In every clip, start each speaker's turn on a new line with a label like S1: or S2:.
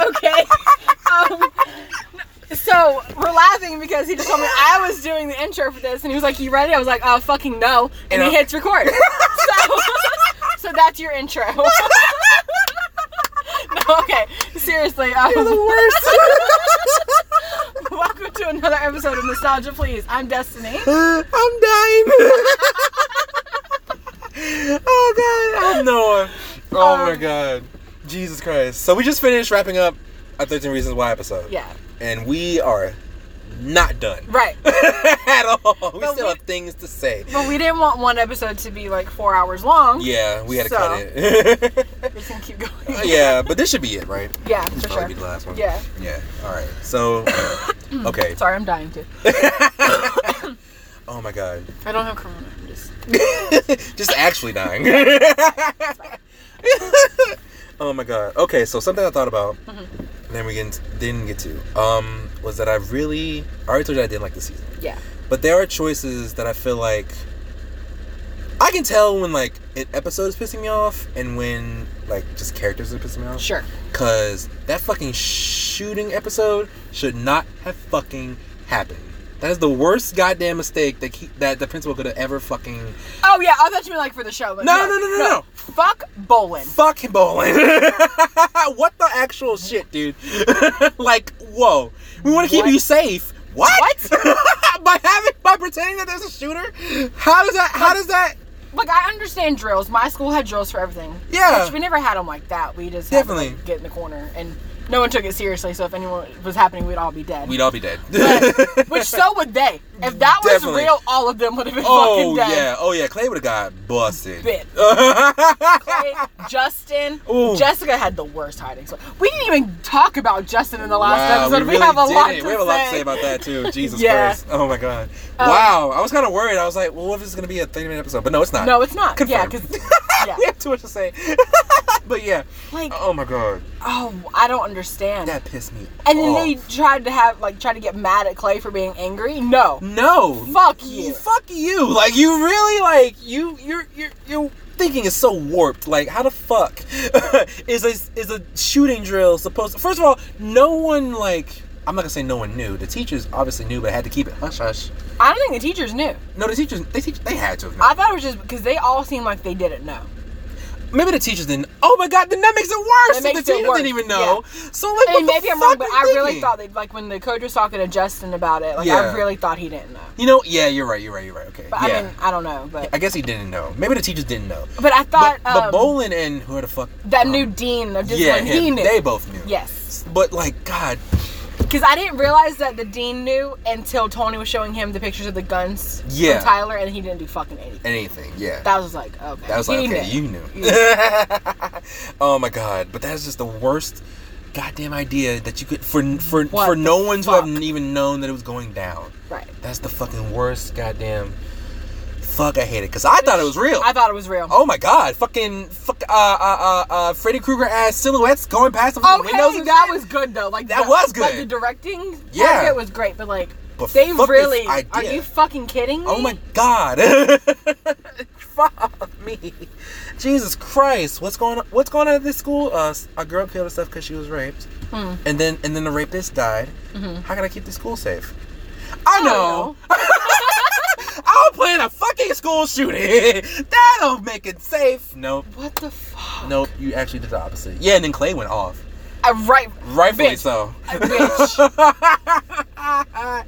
S1: Um, So we're laughing because he just told me I was doing the intro for this, and he was like, "You ready?" I was like, "Oh fucking no!" And he
S2: Yeah.
S1: hits record. so, so that's your intro. no, okay. Seriously, um,
S2: You're the worst.
S1: welcome to another episode of Nostalgia Please. I'm Destiny.
S2: I'm dying. oh god, I'm Noah. Oh my
S1: Um.
S2: god, Jesus Christ. So we just finished wrapping up our 13 Reasons Why episode.
S1: Yeah,
S2: And we are not done
S1: right.
S2: at all. We
S1: But
S2: still
S1: we-
S2: have things to say.
S1: But we didn't want one episode to be like four hours long.
S2: Yeah, we had to
S1: So.
S2: cut it. Uh,
S1: We're just gonna keep going.
S2: yeah, but this should be it, right?
S1: Yeah,
S2: This
S1: for
S2: probably
S1: sure.
S2: be the last one.
S1: Yeah.
S2: Yeah. All right. So, okay.
S1: Sorry, I'm dying too.
S2: Oh my god.
S1: I don't have corona. I'm just
S2: just actually dying. oh my god. Okay, so something I thought about, and then we didn't, didn't get to, um, was that I really I already told you I didn't like the season,
S1: yeah.
S2: but there are choices that I feel like I can tell when like an episode is pissing me off and when like just characters are pissing me off.
S1: Sure.
S2: Cause that fucking shooting episode should not have fucking happened. That is the worst goddamn mistake that he, that the principal could have ever fucking
S1: Oh yeah, I thought you meant like for the show. Like,
S2: No, no, no, no, no.
S1: Fuck Bolin.
S2: Fuck bowling. what the actual shit, dude? like, whoa. We want to keep
S1: What?
S2: you safe. What? by having by pretending that there's a shooter? How does that how does that
S1: Like I understand drills. My school had drills for everything.
S2: Yeah.
S1: Which we never had them like that. We just had to,
S2: Definitely.
S1: like, get in the corner and no one took it seriously. So if anyone was happening, we'd all be dead.
S2: We'd all be dead.
S1: But- which so would they. If that was
S2: Definitely.
S1: real, all of them would have been
S2: oh
S1: fucking dead.
S2: yeah, oh yeah, Clay would have got busted.
S1: Bit. Clay, Justin,
S2: Ooh.
S1: Jessica had the worst hiding spot. We didn't even talk about Justin in the last
S2: Wow,
S1: episode. We,
S2: really
S1: have a
S2: did
S1: lot.
S2: it.
S1: To
S2: we have
S1: say.
S2: a lot to say about that too. Jesus
S1: Yeah. Uh,
S2: Christ. Oh my god. wow. I was kind of worried. I was like, well, what if it's gonna be a 30 minute episode? But no, it's not.
S1: No, it's not. Yeah,
S2: Confirmed.
S1: because yeah,
S2: we have too much to say. but yeah.
S1: like
S2: Oh my god.
S1: oh, I don't understand.
S2: That pissed me.
S1: And then
S2: off.
S1: they tried to have like try to get mad at Clay for being angry. No.
S2: No.
S1: Fuck you.
S2: Fuck you. Like you really like you you're you're you thinking is so warped. Like how the fuck is a is a shooting drill supposed First of all, no one like I'm not gonna say no one knew. The teachers obviously knew, but had to keep it hush hush.
S1: I don't think the teachers knew.
S2: No, the teachers they teach they had to have known.
S1: I thought it was just because they all seemed like they didn't know.
S2: Maybe the teachers didn't. Oh my god, then that makes it worse.
S1: That
S2: if
S1: makes
S2: the
S1: it
S2: teachers
S1: worse,
S2: didn't even know. So like,
S1: And
S2: what
S1: maybe
S2: the
S1: I'm wrong,
S2: fuck
S1: but
S2: were
S1: I
S2: they
S1: really
S2: thinking?
S1: thought they like when the coach was talking to Justin about it. Like I
S2: Yeah.
S1: really thought he didn't know.
S2: You know? Yeah, you're right. You're right. You're right. Okay.
S1: But
S2: yeah.
S1: I mean, I don't know. But
S2: I guess he didn't know. Maybe the teachers didn't know.
S1: but I thought
S2: but, but
S1: um,
S2: Bolin and who the fuck
S1: that
S2: um,
S1: new dean of
S2: yeah,
S1: discipline, he
S2: him,
S1: knew.
S2: they both knew.
S1: yes,
S2: But like, God,
S1: because I didn't realize that the dean knew until Tony was showing him the pictures of the guns
S2: Yeah.
S1: from Tyler, and he didn't do fucking anything.
S2: anything. Yeah, that,
S1: That was like okay.
S2: was
S1: he
S2: like, okay,
S1: knew.
S2: you knew. oh my God, but that is just the worst goddamn idea that you could for for
S1: What
S2: for
S1: the
S2: no one to have
S1: fuck?
S2: even known that it was going down.
S1: right.
S2: That's the fucking worst goddamn. Fuck, I hate it because I thought it was real.
S1: I thought it was real.
S2: Oh my god, fucking fuck, uh, uh, uh, uh, Freddy Krueger ass silhouettes going past the fucking
S1: Okay,
S2: windows. and
S1: Oh, that
S2: shit.
S1: was good though. Like
S2: That
S1: the-
S2: was
S1: Like
S2: good.
S1: the directing,
S2: Yeah.
S1: yeah, it was great. But like,
S2: But
S1: they
S2: fuck this
S1: really are
S2: idea.
S1: you fucking kidding me?
S2: Oh my god. Fuck me. Jesus Christ. What's going on what's going on at this school? Uh a girl killed herself because she was raped.
S1: Hmm. Mm-hmm.
S2: And then and then the rapist died. How can I keep the school safe?
S1: I
S2: I
S1: don't
S2: know.
S1: Oh.
S2: I'll plan a fucking school shooting. That'll make it safe. Nope.
S1: What the fuck?
S2: Nope. You actually did the opposite. Yeah, and then Clay went off.
S1: I, right,
S2: Rightfully
S1: Bitch.
S2: so.
S1: I-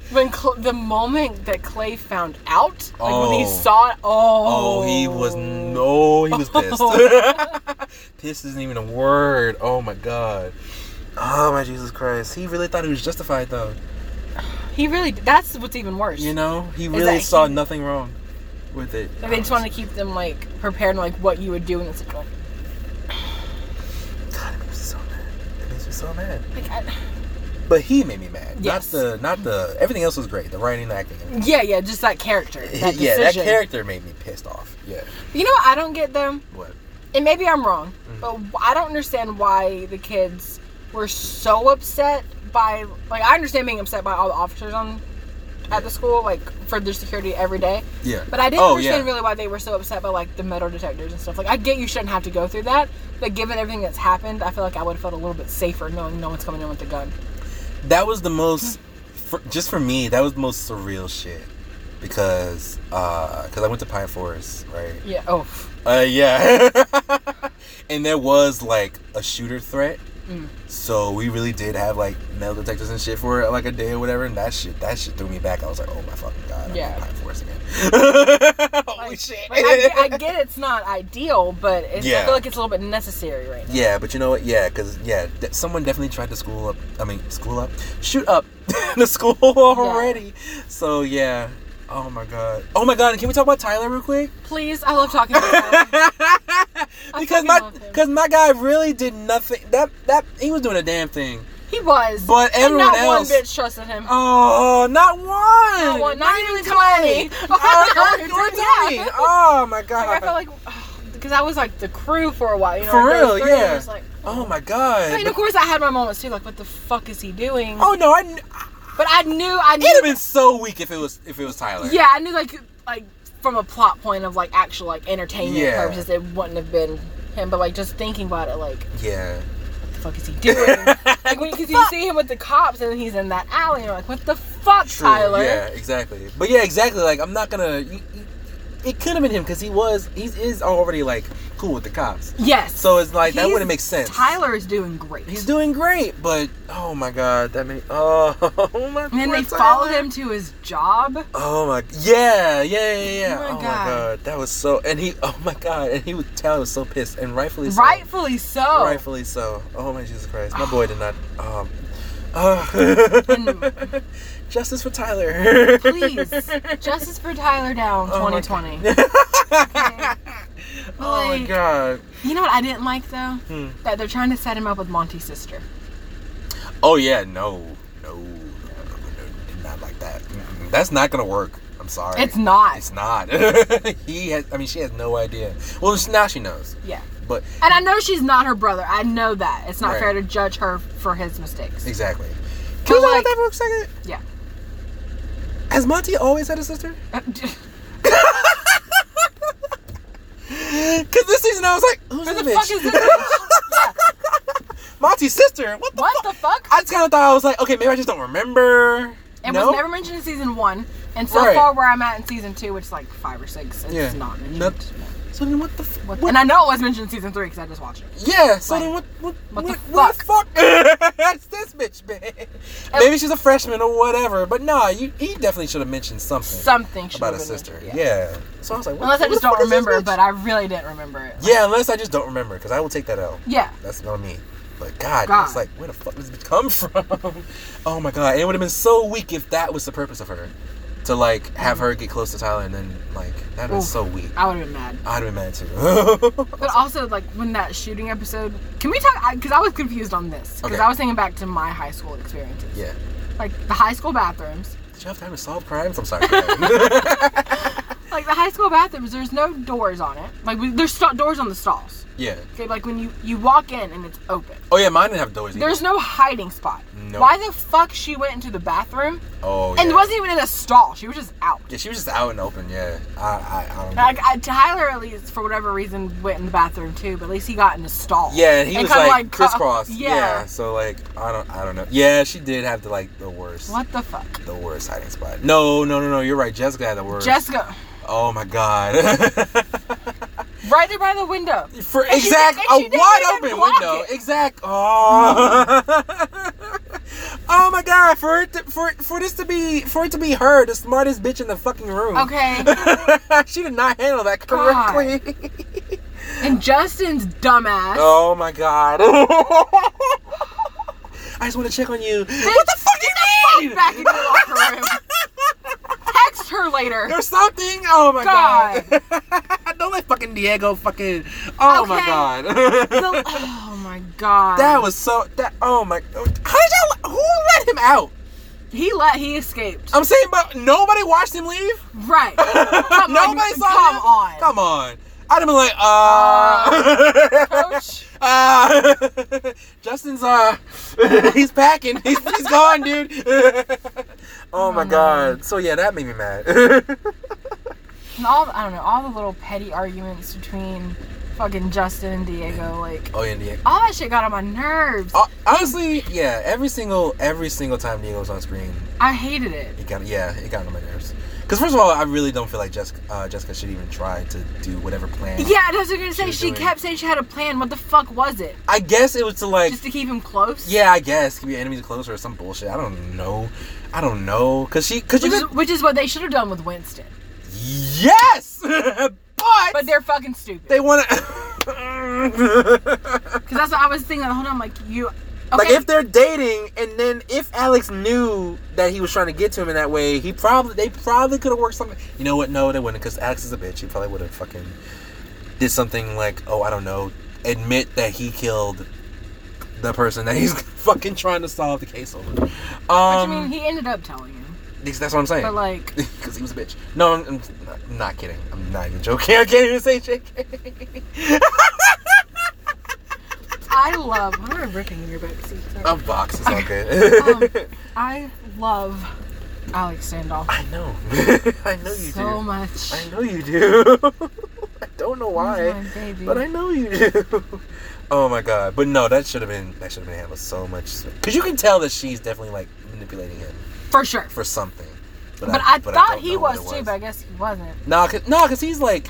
S1: bitch. when Cl- the moment that Clay found out, like when he
S2: Oh.
S1: saw it, oh,
S2: Oh, he was no, he was pissed. pissed isn't even a word. Oh my god. Oh my Jesus Christ. He really thought he was justified though.
S1: He really. That's what's even worse.
S2: You know, he
S1: that
S2: really
S1: he-
S2: saw nothing wrong with it.
S1: Like, they just wanted to keep them like prepared, and, like what you would do in this situation.
S2: God, it makes me so mad. It makes me so mad.
S1: Like, I,
S2: But he made me mad.
S1: Yes.
S2: Not the not the everything else was great. The writing, the acting. everything.
S1: yeah, yeah, just that character. That
S2: yeah, that
S1: decision.
S2: character made me pissed off. Yeah.
S1: You know what I don't get them.
S2: What?
S1: and maybe I'm wrong,
S2: Mm.
S1: but I don't understand why the kids were so upset by like I understand being upset by all the officers on at the school like for their security every day,
S2: Yeah.
S1: but I didn't
S2: Oh,
S1: understand
S2: yeah.
S1: really why they were so upset by like the metal detectors and stuff. Like I get you shouldn't have to go through that, but given everything that's happened, I feel like I would have felt a little bit safer knowing no one's coming in with a gun.
S2: That was the most for, just for me, that was the most surreal shit because because I went to Pine Forest, right?
S1: Yeah. Oh.
S2: Uh, yeah, and there was like a shooter threat.
S1: Mm.
S2: So we really did have like metal detectors and shit for like a day or whatever, and that shit that shit threw me back. I was like, oh my fucking god, I'm
S1: Yeah.
S2: in Pine Forest again. Holy
S1: Like-
S2: shit!
S1: like, I, get, I get it's not ideal, but it's, I
S2: Yeah.
S1: feel like it's a little bit necessary right now.
S2: Yeah, but you know what? Yeah, because yeah, de- someone definitely tried to school up. I mean, school up, shoot up the school already. So yeah. Oh my god. Oh my god. And can we talk about Tyler real quick?
S1: Please, I love talking about it. fucking
S2: because my
S1: love him.
S2: because my guy really did nothing. That that he was doing a damn thing.
S1: He was.
S2: But
S1: and
S2: everyone
S1: not
S2: else.
S1: one bitch trusted him.
S2: Oh, not one.
S1: not, one, not, even 20.
S2: Oh,
S1: Yeah.
S2: you're Tony. Oh my
S1: Like, I
S2: god.
S1: felt like, because I was like the crew for a while, you know?
S2: For
S1: like, those
S2: real,
S1: three, I
S2: yeah.
S1: was like,
S2: oh my god.
S1: I mean, of course, I had my moments too. Like, what the fuck is he doing?
S2: oh no, I kn-
S1: But I knew, I
S2: it'd
S1: knew.
S2: have been so weak if it was if it was Tyler.
S1: yeah, I knew like like from a plot point of like actual like entertainment
S2: Yeah.
S1: purposes, it wouldn't have been him. But like just thinking about it, like
S2: Yeah.
S1: what the fuck is he doing? like because you see him with the cops and then he's in that alley, and you're like, what the fuck,
S2: True,
S1: Tyler?
S2: Yeah, exactly. But yeah, exactly. Like I'm not gonna. You, you- it could have been him because he was he is already like cool with the cops.
S1: Yes.
S2: So it's like that
S1: He's-
S2: wouldn't make sense.
S1: Tyler is doing great.
S2: He's doing great, but oh my god, that made oh, my.
S1: and then
S2: poor
S1: they follow
S2: Tyler.
S1: him to his job.
S2: Oh my yeah yeah yeah yeah.
S1: Oh my
S2: Oh my,
S1: God.
S2: god. that was so and he oh my god and he was Tyler was so pissed and rightfully so.
S1: Rightfully so.
S2: Rightfully so. Oh my Jesus Christ, my boy did not. Um, uh, justice for Tyler.
S1: Please, justice for Tyler Down,
S2: Oh my
S1: 2020.
S2: Oh my
S1: Like-
S2: god.
S1: You know what I didn't like though?
S2: Hmm.
S1: That they're trying to set him up with Monty's sister.
S2: Oh yeah, no, no, no, no, no, not like that. Mm-mm. That's not gonna work. I'm sorry.
S1: It's not.
S2: It's not. he has. I mean, she has no idea. Well, she- now she knows.
S1: yeah.
S2: But
S1: And I know she's not her brother. I know that. It's not
S2: Right.
S1: fair to judge her for his mistakes.
S2: exactly.
S1: But
S2: Can we talk
S1: like-
S2: about that for a second?
S1: Yeah.
S2: Has Monty always had a sister?
S1: Uh, Who
S2: Because this season I was like, who's
S1: the
S2: the bitch?
S1: fuck is this? bitch?
S2: Monty's sister. What the
S1: what
S2: fuck?
S1: the fuck?
S2: I just kind of thought I was like, okay, maybe I just don't remember.
S1: It
S2: no?
S1: was never mentioned in season one. And so
S2: Right.
S1: far where I'm at in season two, which is like five or six, it's
S2: Yeah.
S1: not mentioned.
S2: Nope. So then what the f-
S1: What-
S2: what-
S1: And I know it was mentioned in season three because I just watched it.
S2: Yeah, so
S1: Like,
S2: then what what
S1: what
S2: what,
S1: the
S2: what the fuck? That's this bitch, man. Maybe she's a freshman or whatever, but nah, you he definitely should have mentioned something
S1: Something should
S2: about a
S1: have been
S2: sister.
S1: mentioned,
S2: Yeah. So I was like, what,
S1: Unless I
S2: who
S1: just
S2: the
S1: don't
S2: fuck is this
S1: remember,
S2: bitch?
S1: but I really didn't remember it.
S2: yeah, unless I just don't remember, because I will take that out.
S1: Yeah.
S2: That's not me. But God,
S1: God.
S2: it's like, where the fuck does this bitch come from? oh my God, and it would have been so weak if that was the purpose of her, to like have her get close to Tyler, and then like that
S1: Mm. Oof.
S2: was so weak.
S1: I would have been mad.
S2: I'd have been mad too.
S1: But also, like when that shooting episode, can we talk? Because I, was confused on this because
S2: Okay.
S1: I was thinking back to my high school experiences,
S2: yeah.
S1: like the high school bathrooms.
S2: Did you have time to solve crimes? I'm sorry. Brian.
S1: Like the high school bathrooms, there's no doors on it. Like we, there's st- doors on the stalls.
S2: yeah.
S1: Okay, like when you you walk in and it's open.
S2: Oh yeah, mine didn't have doors. Either.
S1: There's no hiding spot.
S2: No.
S1: Why the fuck she went into the bathroom
S2: Oh yeah.
S1: and wasn't even in a stall? She was just out.
S2: Yeah, she was just out and open. Yeah. I I, I don't.
S1: Like I, Tyler, at least for whatever reason, went in the bathroom too. But at least he got in a stall.
S2: yeah, and he was
S1: kinda
S2: like,
S1: cro-
S2: crisscross.
S1: Yeah.
S2: Yeah. So like, I don't I don't know. Yeah, she did have the like the worst.
S1: What the fuck,
S2: The worst hiding spot. No, no, no, no. You're right. Jessica had the worst.
S1: Jessica?
S2: oh my god.
S1: Right there by the window.
S2: For
S1: And she
S2: exact
S1: didn't-
S2: a
S1: and she didn't
S2: wide
S1: even
S2: open
S1: block
S2: window.
S1: it.
S2: Exact. Oh. oh my god. For it to, for for this to be for it to be her, the smartest bitch in the fucking room.
S1: Okay.
S2: she did not handle that
S1: God.
S2: correctly.
S1: And Justin's dumbass.
S2: Oh my god. I just want to check on you. what the fuck do you mean?
S1: back in your locker room. Text her later.
S2: There's something. Oh my
S1: God.
S2: god. Don't let fucking Diego fucking. Oh my
S1: Okay.
S2: god.
S1: The- oh my god.
S2: that was so. That. Oh my. How did y'all? Who let him out?
S1: he let he escaped.
S2: I'm saying, but nobody watched him leave.
S1: right. Come
S2: nobody
S1: on,
S2: saw
S1: come
S2: him.
S1: on.
S2: Come on. I'd have been like, uh,
S1: Coach.
S2: Uh, Justin's uh, he's packing. He's, he's gone, dude. oh my god. So yeah, that made me mad.
S1: And all I don't know, all the little petty arguments between fucking Justin and Diego. Like
S2: Oh yeah, Diego.
S1: all that shit got on my nerves.
S2: Uh, honestly, yeah. Every single every single time Diego was on screen,
S1: I hated it.
S2: it got yeah, it got on my nerves. Because first of all, I really don't feel like Jessica uh, Jessica should even try to do whatever plan.
S1: Yeah, that's what I was gonna say. She
S2: She was doing-
S1: kept saying she had a plan. What the fuck was it?
S2: I guess it was to like.
S1: Just to keep him close?
S2: yeah, I guess could be enemies closer or some bullshit. I don't know. I don't know. Cause she, cause you
S1: Which is,
S2: could.
S1: which is what they should have done with Winston.
S2: Yes, but,
S1: But they're fucking stupid.
S2: they want to.
S1: Because that's what I was thinking the whole time. Like, you. Okay.
S2: Like if they're dating, and then if Alex knew that he was trying to get to him in that way, he probably they probably could have worked something. You know what? No, they wouldn't, because Alex is a bitch. He probably would have fucking did something like, oh, I don't know, admit that he killed the person that he's fucking trying to solve the case over. Um,
S1: Which, I mean, he ended up telling him.
S2: that's what I'm saying.
S1: But, like,
S2: Because he was a bitch. No, I'm, I'm not- not kidding. I'm not even joking. I can't even say JK.
S1: I love. Why am I ripping in your back seat? Sorry.
S2: A box is all good.
S1: Um, I love Alex Standoff
S2: I know. I know you do.
S1: so much.
S2: I know you do. I don't know why,
S1: He's my baby.
S2: but I know you do. oh my god! But no, that should have been that should have been handled so much because you can tell that she's definitely like manipulating him
S1: For sure.
S2: for something.
S1: But I, thought
S2: don't
S1: he
S2: know what
S1: was,
S2: it
S1: too, but I Hmm. guess he wasn't.
S2: Nah, cause, nah, 'cause he's like.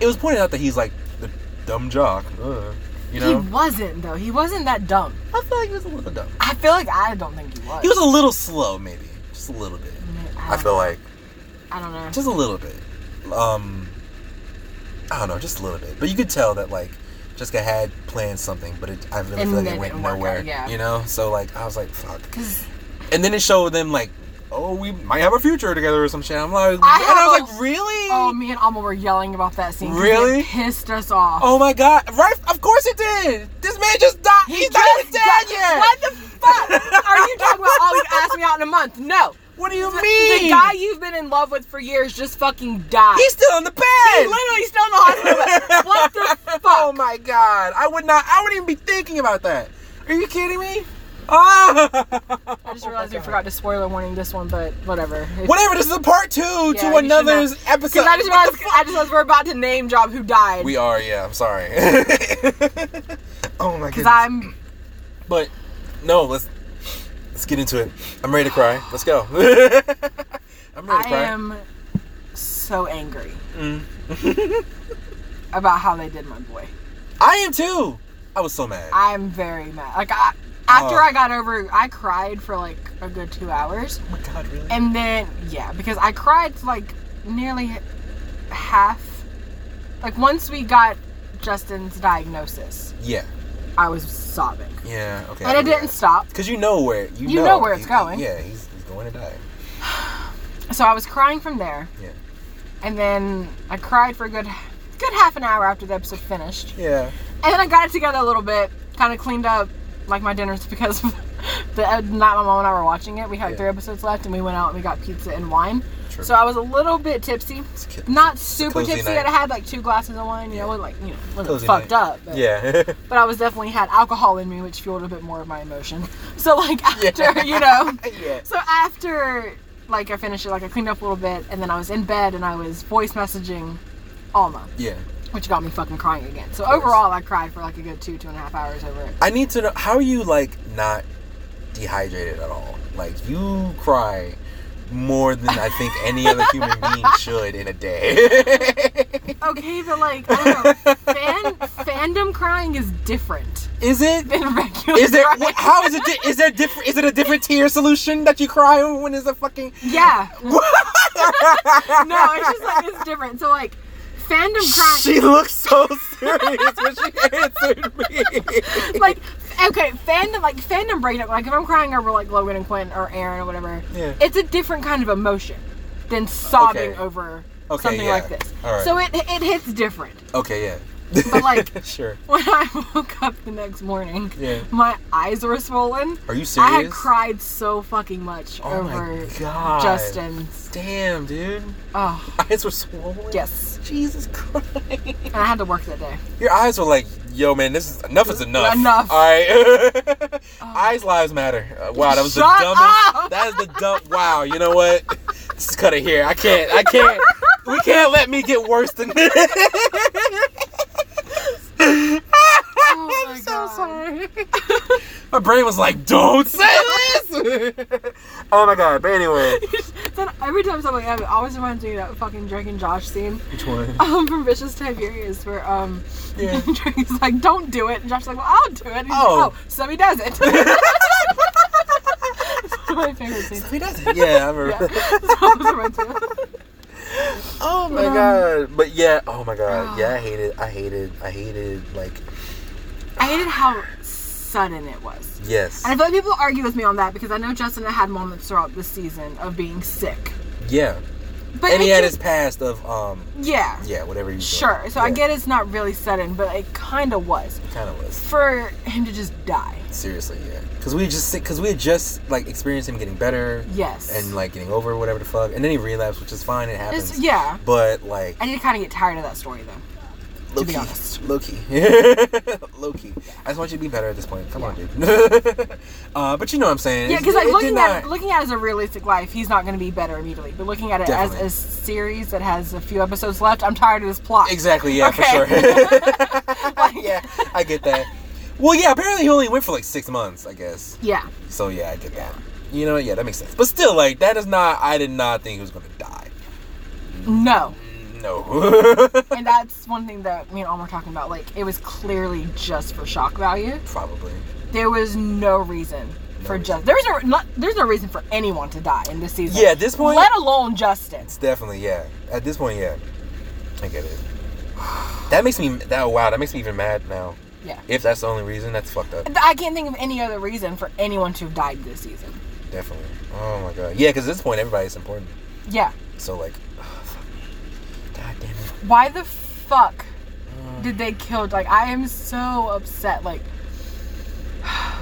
S2: It was pointed out that he's like the dumb jock. uh, you know,
S1: He wasn't, though. He wasn't that dumb.
S2: I feel like he was a little dumb.
S1: I feel like I don't think he was.
S2: He was a little slow, maybe just a little bit. I feel like
S1: I don't know.
S2: just a little bit. Um, I don't know, just a little bit. But you could tell that like Jessica had planned something, but it, I
S1: And
S2: really feel like
S1: then
S2: it
S1: it
S2: went
S1: didn't work out,
S2: nowhere.
S1: yeah.
S2: You know, so like I was like, fuck.
S1: 'Cause-
S2: And then it showed them like, oh, we might have a future together or some shit. I'm like,
S1: I
S2: and I was
S1: have
S2: like, really?
S1: Oh, me and Alma were yelling about that scene. 'cause
S2: Really?
S1: It pissed us off.
S2: Oh my god! Right? Of course it did. This man just died. He's not
S1: just
S2: even dead
S1: got-
S2: yet.
S1: What the fuck are you talking about? Oh, you asked me out in a month. No.
S2: What do you
S1: The-
S2: mean?
S1: The guy you've been in love with for years just fucking died.
S2: He's still in the bed.
S1: He's literally still in the hospital. what the fuck?
S2: Oh my god. I would not I wouldn't even be thinking about that. Are you kidding me? Ah!
S1: I just realized we forgot to spoiler warning this one, but whatever.
S2: Whatever, this is a part two
S1: Yeah, you
S2: to
S1: should
S2: another's
S1: not-
S2: episode.
S1: Because I just
S2: What the
S1: realized, I just realized we're about to name drop who died.
S2: fu- we are, yeah, I'm sorry. oh my
S1: Because
S2: goodness.
S1: I'm
S2: But no, let's let's get into it. I'm ready to cry. Let's go. I'm ready
S1: I
S2: to cry.
S1: am so angry
S2: Mm.
S1: about how they did my boy.
S2: I am too. I was so mad.
S1: I'm very mad. Like I, after
S2: Oh.
S1: I got over, I cried for like a good two hours,
S2: oh my god, really?
S1: and then yeah, because I cried like nearly h- half. Like once we got Justin's diagnosis,
S2: Yeah.
S1: I was sobbing,
S2: Yeah, okay.
S1: and it didn't stop.
S2: Cause you know where you,
S1: You know where it's
S2: he-
S1: going.
S2: Yeah, he's, he's going to die.
S1: So I was crying from there.
S2: Yeah.
S1: And then I cried for a good, good half an hour after the episode finished.
S2: Yeah.
S1: And then I got it together a little bit, kind of cleaned up like my dinners because the uh, night my mom and I were watching it, we had
S2: Yeah.
S1: three episodes left, and we went out and we got pizza and wine.
S2: True.
S1: So I was a little bit tipsy,
S2: It's ki-
S1: not super
S2: cozy
S1: tipsy.
S2: night.
S1: That I had like two glasses of wine, you know,
S2: Yeah.
S1: know, like you know, wasn't
S2: Cozy
S1: fucked
S2: night.
S1: up. But,
S2: Yeah.
S1: but I was definitely had alcohol in me, which fueled a bit more of my emotion. So like after
S2: Yeah.
S1: you know,
S2: yeah.
S1: so after like I finished it, like I cleaned up a little bit, and then I was in bed and I was voice messaging Alma
S2: Yeah.
S1: which got me fucking crying again. So
S2: course.
S1: overall, I cried for like a good two, two and a half hours over it.
S2: I need to know how are you like not dehydrated at all? Like you cry more than I think any other human being should in a day.
S1: Okay, but like, I don't know. Fan, fandom crying is different
S2: is it?
S1: than regular.
S2: Is there?
S1: crying.
S2: What, how is it? Di- is there different? Is it a different tier solution that you cry on when it's a fucking?
S1: Yeah. no, it's just like it's different. So like, fandom crying.
S2: She looks so serious when she answered me.
S1: like okay, fandom like fandom breakup. Like if I'm crying over like Logan and Quentin or Aaron or whatever,
S2: Yeah.
S1: it's a different kind of emotion than sobbing
S2: Okay.
S1: over
S2: Okay,
S1: something
S2: yeah.
S1: like this.
S2: All right.
S1: So it it hits different.
S2: Okay, yeah.
S1: But, like-
S2: sure.
S1: When I woke up the next morning,
S2: Yeah.
S1: my eyes were swollen.
S2: Are you
S1: I
S2: serious?
S1: had cried so fucking much
S2: Oh
S1: over
S2: my god.
S1: Justin's.
S2: Damn, dude.
S1: Oh,
S2: Eyes were swollen.
S1: yes.
S2: Jesus Christ.
S1: And I had to work that day.
S2: Your eyes were like, yo, man, this is enough is enough.
S1: Enough. Oh.
S2: All right. Eyes lives matter. Uh, wow, that was
S1: Shut
S2: the dumbest.
S1: up.
S2: That is the dumb. Wow, you know what? Let's cut it here. I can't. I can't. we can't let me get worse than this.
S1: Oh
S2: My brain was like, "Don't say this." oh my god! But anyway,
S1: Then every time something like that, it always reminds me of that fucking Drake and Josh scene
S2: which one?
S1: um, from Vicious Tiberius where um,
S2: Yeah.
S1: Drake is like, don't do it. And Josh's like, well, I'll do it. And he's like,
S2: Oh.
S1: oh, so he does it. It's one of my favorite scenes.
S2: Who does it? Yeah, I
S1: Yeah.
S2: remember.
S1: That's what it reminds me of.
S2: Oh my
S1: Um,
S2: god! But yeah, oh my god!
S1: oh.
S2: Yeah, I hated, I hated, I hated. Like,
S1: I hated how sudden it was.
S2: yes,
S1: And I feel like people argue with me on that because I know Justin had moments throughout this season of being sick.
S2: yeah.
S1: But
S2: and
S1: it
S2: he had
S1: just-
S2: his past of um,
S1: yeah,
S2: yeah, whatever you.
S1: sure. So I get it's not really sudden, but it kind of was
S2: Kind of was
S1: for him to just die.
S2: seriously, yeah. Because we just, because we had just like experienced him getting better
S1: Yes.
S2: and like getting over whatever the fuck, and then he relapsed, which is fine. It happens.
S1: It's- yeah.
S2: But like,
S1: I did kind of get tired of that story though.
S2: low
S1: be
S2: key,
S1: honest.
S2: low key, low key. I just want you to be better at this point. Come on, dude. uh, but you know what I'm saying?
S1: Yeah,
S2: It-
S1: because like
S2: it did
S1: looking at
S2: not-
S1: looking at it as a realistic life, he's not going to be better immediately. But looking at it
S2: Definitely.
S1: as a series that has a few episodes left, I'm tired of this plot.
S2: Exactly. Yeah,
S1: Okay.
S2: for sure. yeah, I get that. Well, yeah. Apparently, he only went for like six months, I guess.
S1: Yeah.
S2: So yeah, I get that. You know, yeah, that makes sense. But still, like, that is not. I did not think he was gonna die.
S1: No.
S2: Mm, No.
S1: and that's one thing that me and Alma were talking about. Like, it was clearly just for shock value.
S2: Probably.
S1: There was no reason for
S2: reason.
S1: just. There's no not, there's no reason for anyone to die in this season.
S2: Yeah. At this point,
S1: Let alone Justin.
S2: it's definitely yeah. At this point, yeah. I get it. That makes me. That wow. That makes me even mad now.
S1: Yeah.
S2: If that's the only reason, that's fucked up.
S1: I can't think of any other reason for anyone to have died this season.
S2: Definitely. Oh my god. Yeah, because at this point, everybody's important.
S1: Yeah.
S2: So like, oh, fuck me. God damn it.
S1: Why the fuck
S2: Mm.
S1: did they kill? Like, I am so upset. Like,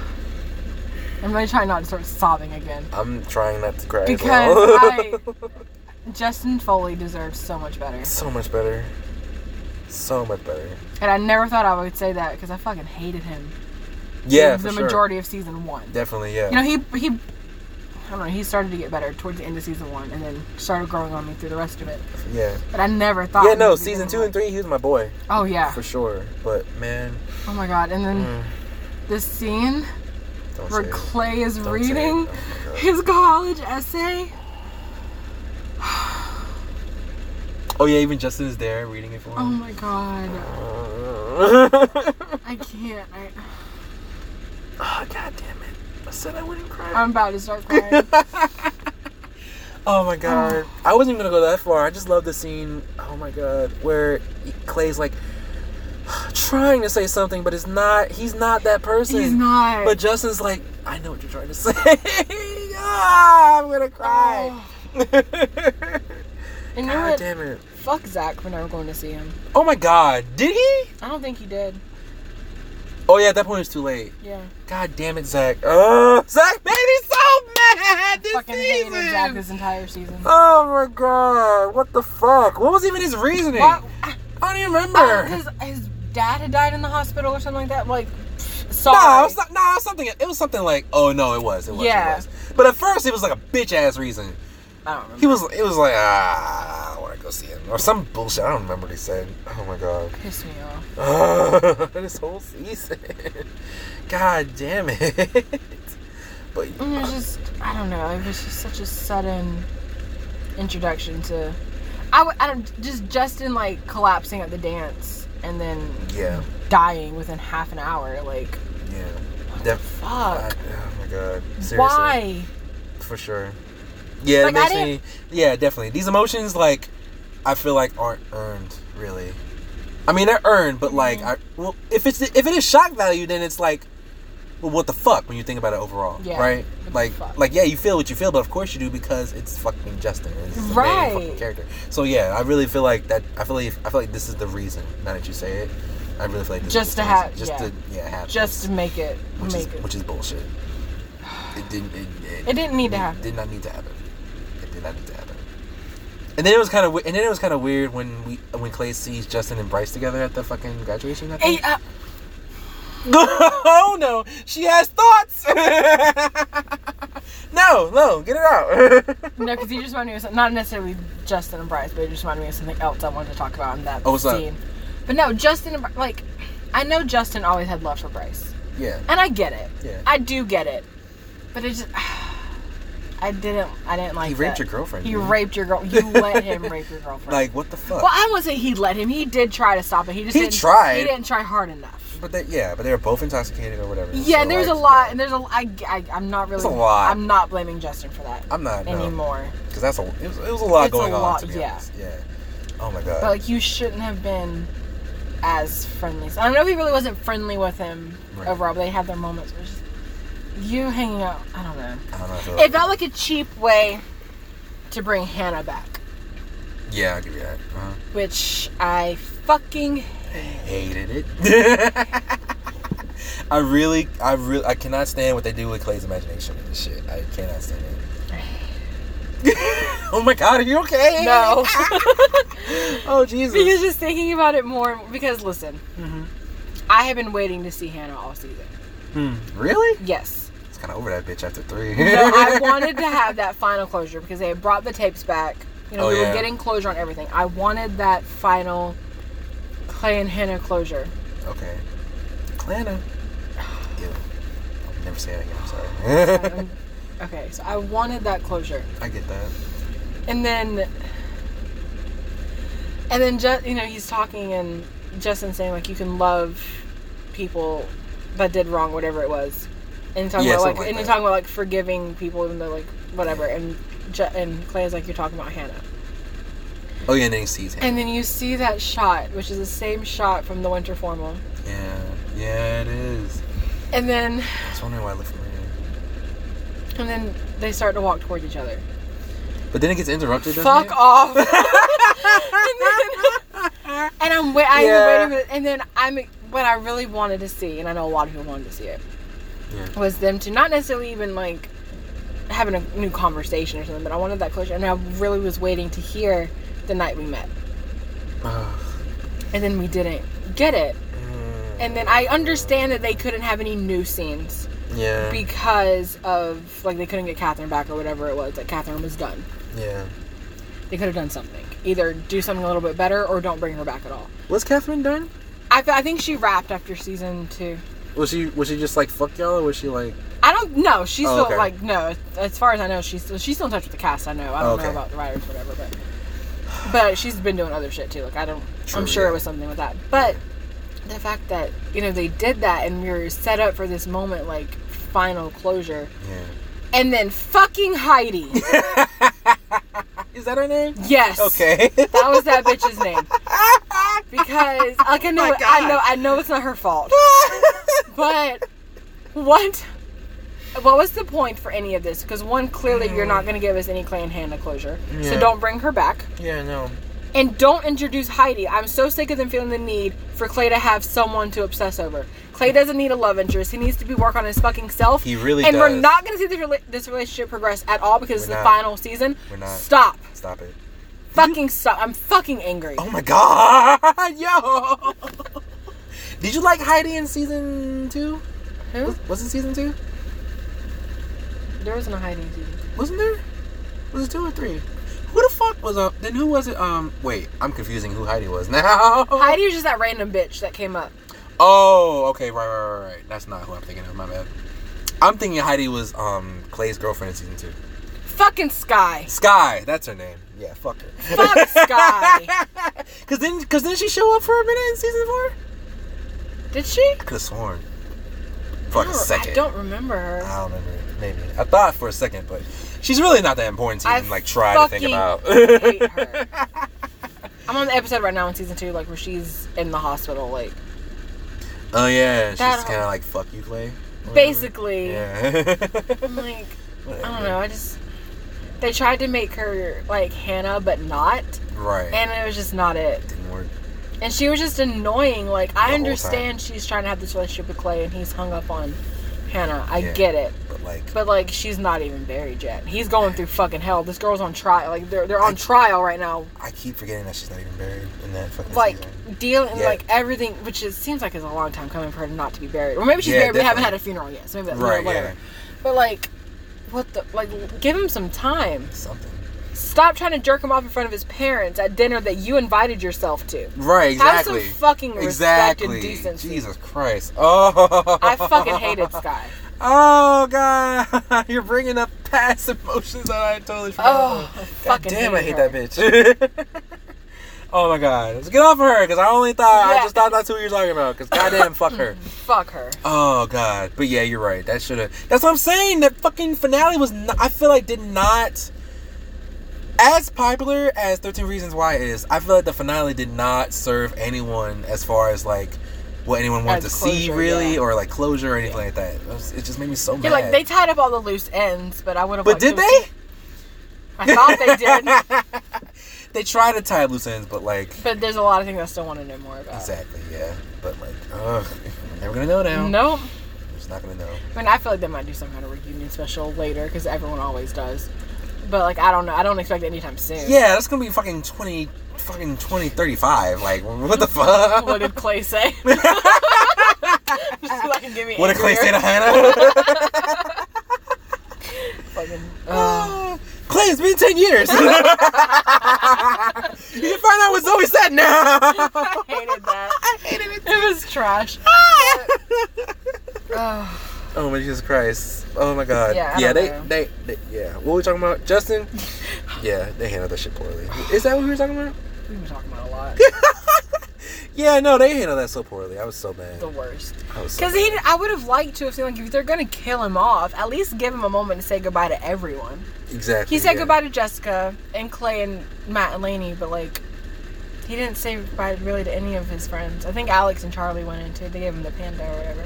S1: I'm really trying not to start sobbing again
S2: I'm trying not to cry.
S1: because
S2: as well.
S1: I. Justin Foley deserves so much better.
S2: so much better. So much better.
S1: And I never thought I would say that because I fucking hated him.
S2: Yeah,
S1: the
S2: for
S1: majority of season one.
S2: Sure. Definitely, yeah.
S1: You know, he he, I don't know. He started to get better towards the end of season one, and then started growing on me through the rest of it.
S2: yeah.
S1: But I never thought.
S2: yeah,
S1: in the
S2: no,
S1: beginning,
S2: season two and
S1: like-
S2: three, he was my boy.
S1: Oh yeah.
S2: For sure. But man,
S1: Oh my god. And then
S2: mm,
S1: this scene
S2: don't
S1: where
S2: say it.
S1: Clay is
S2: Don't say it.
S1: reading
S2: Oh my God.
S1: his college essay.
S2: Oh yeah, even Justin is there reading it for
S1: Oh
S2: him.
S1: my god. I can't. I,
S2: oh god damn it. I said I wouldn't cry.
S1: I'm about to start crying.
S2: Oh my god. I wasn't even gonna go that far. I just love the scene, oh my god, where Clay's like trying to say something, but it's not he's not that person.
S1: He's not.
S2: But Justin's like, I know what you're trying to say. ah, I'm gonna cry.
S1: Oh.
S2: god
S1: and you know what?
S2: damn it.
S1: Fuck Zach for never going to see him.
S2: Oh my god, did he?
S1: I don't think he did.
S2: Oh yeah, at that point it's too late.
S1: Yeah.
S2: God damn it, Zach. Oh, Zach made me so mad this
S1: Fucking
S2: season.
S1: hated Zach this entire season.
S2: Oh my god, what the fuck? What was even his reasoning?
S1: Why-
S2: I don't even
S1: Oh,
S2: remember.
S1: his, his dad had died in the hospital or something like that. Like, pfft, sorry.
S2: No, it was not, no, it was something. It was something like, oh no, it was, it was,
S1: Yeah.
S2: it was. But at first, it was like a bitch ass reason.
S1: I don't
S2: He
S1: remember.
S2: was, it was like, ah, I want to go see him or some bullshit. I don't remember what he said. Oh my god,
S1: Pissed me off.
S2: this whole season. God damn it. But
S1: And it was just, I don't know. It was just such a sudden introduction to. I, w- I don't just Justin like collapsing at the dance and then
S2: yeah,
S1: dying within half an hour. Like,
S2: yeah, def- I-
S1: fuck.
S2: oh my god, seriously,
S1: Why?
S2: for sure. Yeah,
S1: Like,
S2: it
S1: I
S2: makes me.
S1: didn't-
S2: Yeah, definitely. These emotions, like, I feel like aren't earned really. I mean, they're earned, but like,
S1: Mm-hmm.
S2: I, well, if it's if it is shock value, then it's like, well, what the fuck when you think about it overall,
S1: Yeah,
S2: right?
S1: what the
S2: Like,
S1: fuck?
S2: like yeah, you feel what you feel, but of course you do because it's fucking Justin, it's the main
S1: Right.
S2: fucking character. So yeah, I really feel like that. I feel like I feel like this is the reason. Now that you say it, I really feel like this
S1: Just
S2: is
S1: to
S2: the
S1: have-
S2: reason. just
S1: yeah.
S2: to yeah have
S1: Just to make it,
S2: which
S1: make
S2: is
S1: it.
S2: which is bullshit. It didn't. It, it,
S1: It didn't need to
S2: it
S1: happen.
S2: Did not need to happen. It did not need to happen. And then it was kind of, and then it was kind of weird when we, when Clay sees Justin and Bryce together at the fucking graduation. I
S1: Hey,
S2: think.
S1: uh,
S2: oh no, she has thoughts. no, no, get it out.
S1: no, because you just reminded me of something, not necessarily Justin and Bryce, but it just reminded me of something else I wanted to talk about in that
S2: Oh, what's that?
S1: scene. But no, Justin and Bry- like, I know Justin always had love for Bryce.
S2: Yeah.
S1: And I get it.
S2: Yeah.
S1: I do get it. But it just I didn't I didn't like
S2: He raped
S1: that.
S2: your girlfriend.
S1: He
S2: dude.
S1: raped your girl. You let him rape your girlfriend.
S2: Like what the fuck?
S1: well, I wouldn't say he let him. He did try to stop it. He just
S2: He
S1: didn't,
S2: tried.
S1: He didn't try hard enough.
S2: but they, yeah, but they were both intoxicated or whatever.
S1: Yeah,
S2: so,
S1: and there's
S2: like,
S1: a lot, and there's a I, I I'm not really
S2: It's a lot.
S1: I'm not blaming Justin for that
S2: I'm not no,
S1: anymore.
S2: because that's a it was, it was a lot
S1: It's a
S2: going on.
S1: lot,
S2: To be
S1: yeah.
S2: honest. yeah. Oh my god.
S1: But like you shouldn't have been as friendly. I don't know if he really wasn't friendly with him
S2: Right.
S1: overall, but they had their moments where it's just- you hanging out. I don't know.
S2: I don't know. I feel
S1: It
S2: like-
S1: felt like a cheap way to bring Hannah back,
S2: yeah, I'll give you that. Uh-huh.
S1: which I fucking
S2: Hated it. I really, I really, I cannot stand what they do with Clay's imagination and this shit. I cannot stand it. oh my god, are you okay?
S1: no.
S2: oh Jesus.
S1: because just thinking about it more. Because listen,
S2: Mhm.
S1: I have been waiting to see Hannah all season.
S2: Hmm. Really?
S1: Yes.
S2: It's kind of over that bitch after three.
S1: So I wanted to have that final closure because they had brought the tapes back. You know,
S2: Oh,
S1: we
S2: yeah.
S1: were getting closure on everything. I wanted that final Clay and Hannah closure.
S2: Okay. Atlanta. Ew. I'll never say that again. I'm sorry.
S1: Um, okay, so I wanted that closure,
S2: I get that.
S1: and then, and then just you know he's talking and Justin saying like you can love people that did wrong, whatever it was, and talking
S2: Yeah,
S1: about like,
S2: something like
S1: and you're
S2: that.
S1: talking about like forgiving people even though like whatever, and Ju- and Clay is like you're talking about Hannah,
S2: Oh yeah, and then he sees him.
S1: and then you see that shot, which is the same shot from the winter formal,
S2: yeah. Yeah, it is.
S1: and then
S2: I was wondering why I look familiar.
S1: and then they start to walk towards each other.
S2: But then it gets interrupted. doesn't
S1: Fuck
S2: it?
S1: off. and, then, and I'm wait, I'm
S2: Yeah.
S1: waiting, for- and then I'm what I really wanted to see, and I know a lot of people wanted to see it,
S2: Yeah.
S1: was them to not necessarily even like having a new conversation or something, but I wanted that closure, and I really was waiting to hear the night we met,
S2: Ugh.
S1: and then we didn't get it,
S2: Mm.
S1: and then I understand that they couldn't have any new scenes
S2: Yeah.
S1: because of like they couldn't get Catherine back or whatever it was, like Catherine was done.
S2: yeah.
S1: They could have done something, either do something a little bit better or don't bring her back at all.
S2: Was Catherine done?
S1: I, th- I think she wrapped after season two.
S2: Was she was she just like fuck y'all or was she like
S1: I don't know. She's
S2: Oh,
S1: still
S2: okay.
S1: like no. As far as I know, she's still she's still in touch with the cast. I know. I
S2: Oh,
S1: don't
S2: okay.
S1: know about the writers, whatever. But but she's been doing other shit too. Like I don't.
S2: True,
S1: I'm sure
S2: yeah.
S1: it was something with that. But the fact that you know they did that and we were set up for this moment like final closure,
S2: yeah?
S1: and then fucking Heidi.
S2: Is that her name?
S1: yes.
S2: Okay.
S1: That was that bitch's name. Because like I know
S2: Oh my
S1: I
S2: God.
S1: know I know it's not her fault. But what? What was the point for any of this? Because one, clearly you're not going to give us any Clan Hannah closure,
S2: Mm. Yeah.
S1: so don't bring her back,
S2: yeah. No.
S1: and don't introduce Heidi. I'm so sick of them feeling the need for Clay to have someone to obsess over. Clay doesn't need a love interest. He needs to be work on his fucking self.
S2: He really
S1: and we're
S2: does.
S1: not going to see this, rela- this relationship progress at all because it's
S2: We're
S1: the
S2: not.
S1: final season.
S2: We're not.
S1: Stop.
S2: Stop it.
S1: Fucking stop. I'm fucking angry.
S2: Oh my god, yo! Did you like Heidi in season two?
S1: Who?
S2: Was, was it season two?
S1: There wasn't a Heidi in season.
S2: Wasn't there? Was it two or three? Who the fuck was up? Then who was it? Um, wait, I'm confusing who Heidi was now.
S1: Heidi was just that random bitch that came up.
S2: Oh, okay, right, right, right, right. That's not who I'm thinking of. My bad. I'm thinking Heidi was um Clay's girlfriend in season two.
S1: Fucking Sky.
S2: Sky, that's her name. Yeah, fuck her.
S1: Fuck Sky.
S2: Cause then, cause then she show up for a minute in season four.
S1: Did she?
S2: I could have sworn. For like
S1: I
S2: a
S1: don't-
S2: second. Uh,
S1: I don't remember her.
S2: I don't remember. Maybe I thought for a second, but she's really not that important to
S1: I
S2: even like try to think
S1: fucking
S2: about.
S1: hate her. I'm on the episode right now in season two, like where she's in the hospital, like
S2: Mm-hmm. oh yeah, she's
S1: That-
S2: kind of like fuck you, Clay. or whatever.
S1: basically.
S2: Yeah.
S1: I'm like, I don't know. I just they tried to make her like Hannah, but not,
S2: Right.
S1: and it was just not it.
S2: Didn't work.
S1: And she was just annoying. Like I
S2: whole
S1: understand she's trying to have this relationship with Clay, and he's hung up on Hannah. I
S2: Yeah.
S1: get it,
S2: But like,
S1: but like she's not even buried yet. He's going through fucking hell. This girl's on trial. Like they're they're on trial right now.
S2: I keep forgetting that she's not even buried in that fucking
S1: like
S2: season.
S1: dealing
S2: Yeah.
S1: like everything which is seems like is a long time coming for her not to be buried or maybe she's
S2: Yeah,
S1: buried but they haven't had
S2: definitely.
S1: a funeral yet so maybe that's
S2: Right.
S1: whatever
S2: Yeah.
S1: but like what the like give him some time
S2: Something.
S1: Stop trying to jerk him off in front of his parents at dinner that you invited yourself to.
S2: Right, exactly.
S1: Have some fucking respect
S2: exactly.
S1: and decency.
S2: Jesus Christ. Oh.
S1: I fucking hated Sky.
S2: Oh God, you're bringing up past emotions that I totally forgot.
S1: Oh, I
S2: about. God
S1: fucking
S2: damn, I hate
S1: hated
S2: that bitch. oh my God, let's get off of her because I only thought I
S1: Yeah.
S2: just thought that's who you're talking about. Because goddamn, fuck her.
S1: Fuck her.
S2: Oh God, but yeah, you're right. That should have. That's what I'm saying. That fucking finale was. Not, I feel like did not. As popular as Thirteen Reasons Why is, I feel like the finale did not serve anyone as far as like what anyone wanted
S1: As
S2: to see,
S1: closure,
S2: really,
S1: yeah.
S2: or like closure or anything like that. It, was- it just made me so mad.
S1: Yeah, like they tied up all the loose ends, but I would have.
S2: But did they?
S1: I thought they did,
S2: they tried to tie loose ends, but like
S1: but there's a lot of things I still want to know more about.
S2: exactly, yeah. But like, ugh, we're never gonna know now.
S1: Nope.
S2: We're just not gonna know.
S1: I mean, I feel like they might do some kind of reunion special later because everyone always does. But like, I don't know. I don't expect it anytime soon.
S2: Yeah, that's gonna be fucking twenty, fucking twenty thirty five. Like, what the fuck?
S1: What did Clay say? Just fucking give me.
S2: What did Clay say
S1: angrier.
S2: to Hannah?
S1: Fucking, uh,
S2: Clay, it's been ten years. you can find out what Zoe said now.
S1: I hated that. I hated it. It was trash. Ugh.
S2: oh my Jesus Christ! Oh my God!
S1: Yeah, I don't
S2: they,
S1: know.
S2: they, they, yeah. What were we talking about, Justin? yeah, they handled that shit poorly. Is that what we were talking about?
S1: We've been talking about a lot.
S2: Yeah, no, they handled that so poorly. I was so mad.
S1: the worst.
S2: I was so
S1: Because
S2: mad.
S1: he, I would have liked to have seen like if they're gonna kill him off, at least give him a moment to say goodbye to everyone.
S2: exactly
S1: He said
S2: yeah.
S1: goodbye to Jessica and Clay and Matt and Laney, but like he didn't say goodbye really to any of his friends. I think Alex and Charlie went into. They gave him the panda or whatever.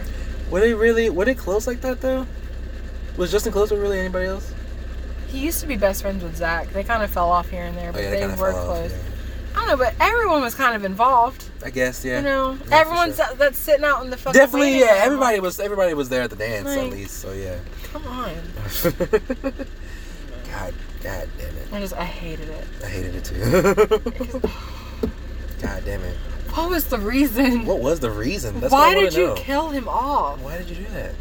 S2: Were they really? Were they close like that though? Was Justin close with really anybody else?
S1: He used to be best friends with Zach. They kind of fell off here and there, but they,
S2: Oh, kinda
S1: were
S2: fell off,
S1: close.
S2: yeah.
S1: I don't know, but everyone was kind of involved.
S2: I guess, yeah.
S1: You know,
S2: for
S1: everyone's
S2: sure.
S1: that- that's sitting out in the fucking.
S2: Definitely,
S1: waiting
S2: yeah.
S1: room.
S2: Everybody was everybody was there at the dance at
S1: Like-
S2: least. So yeah.
S1: Come on.
S2: God, God damn it!
S1: I just I hated it.
S2: I hated it too. God damn it!
S1: What was the reason?
S2: What was the reason? what
S1: Why
S2: I wanna
S1: did you
S2: know.
S1: kill him off?
S2: Why did you do that?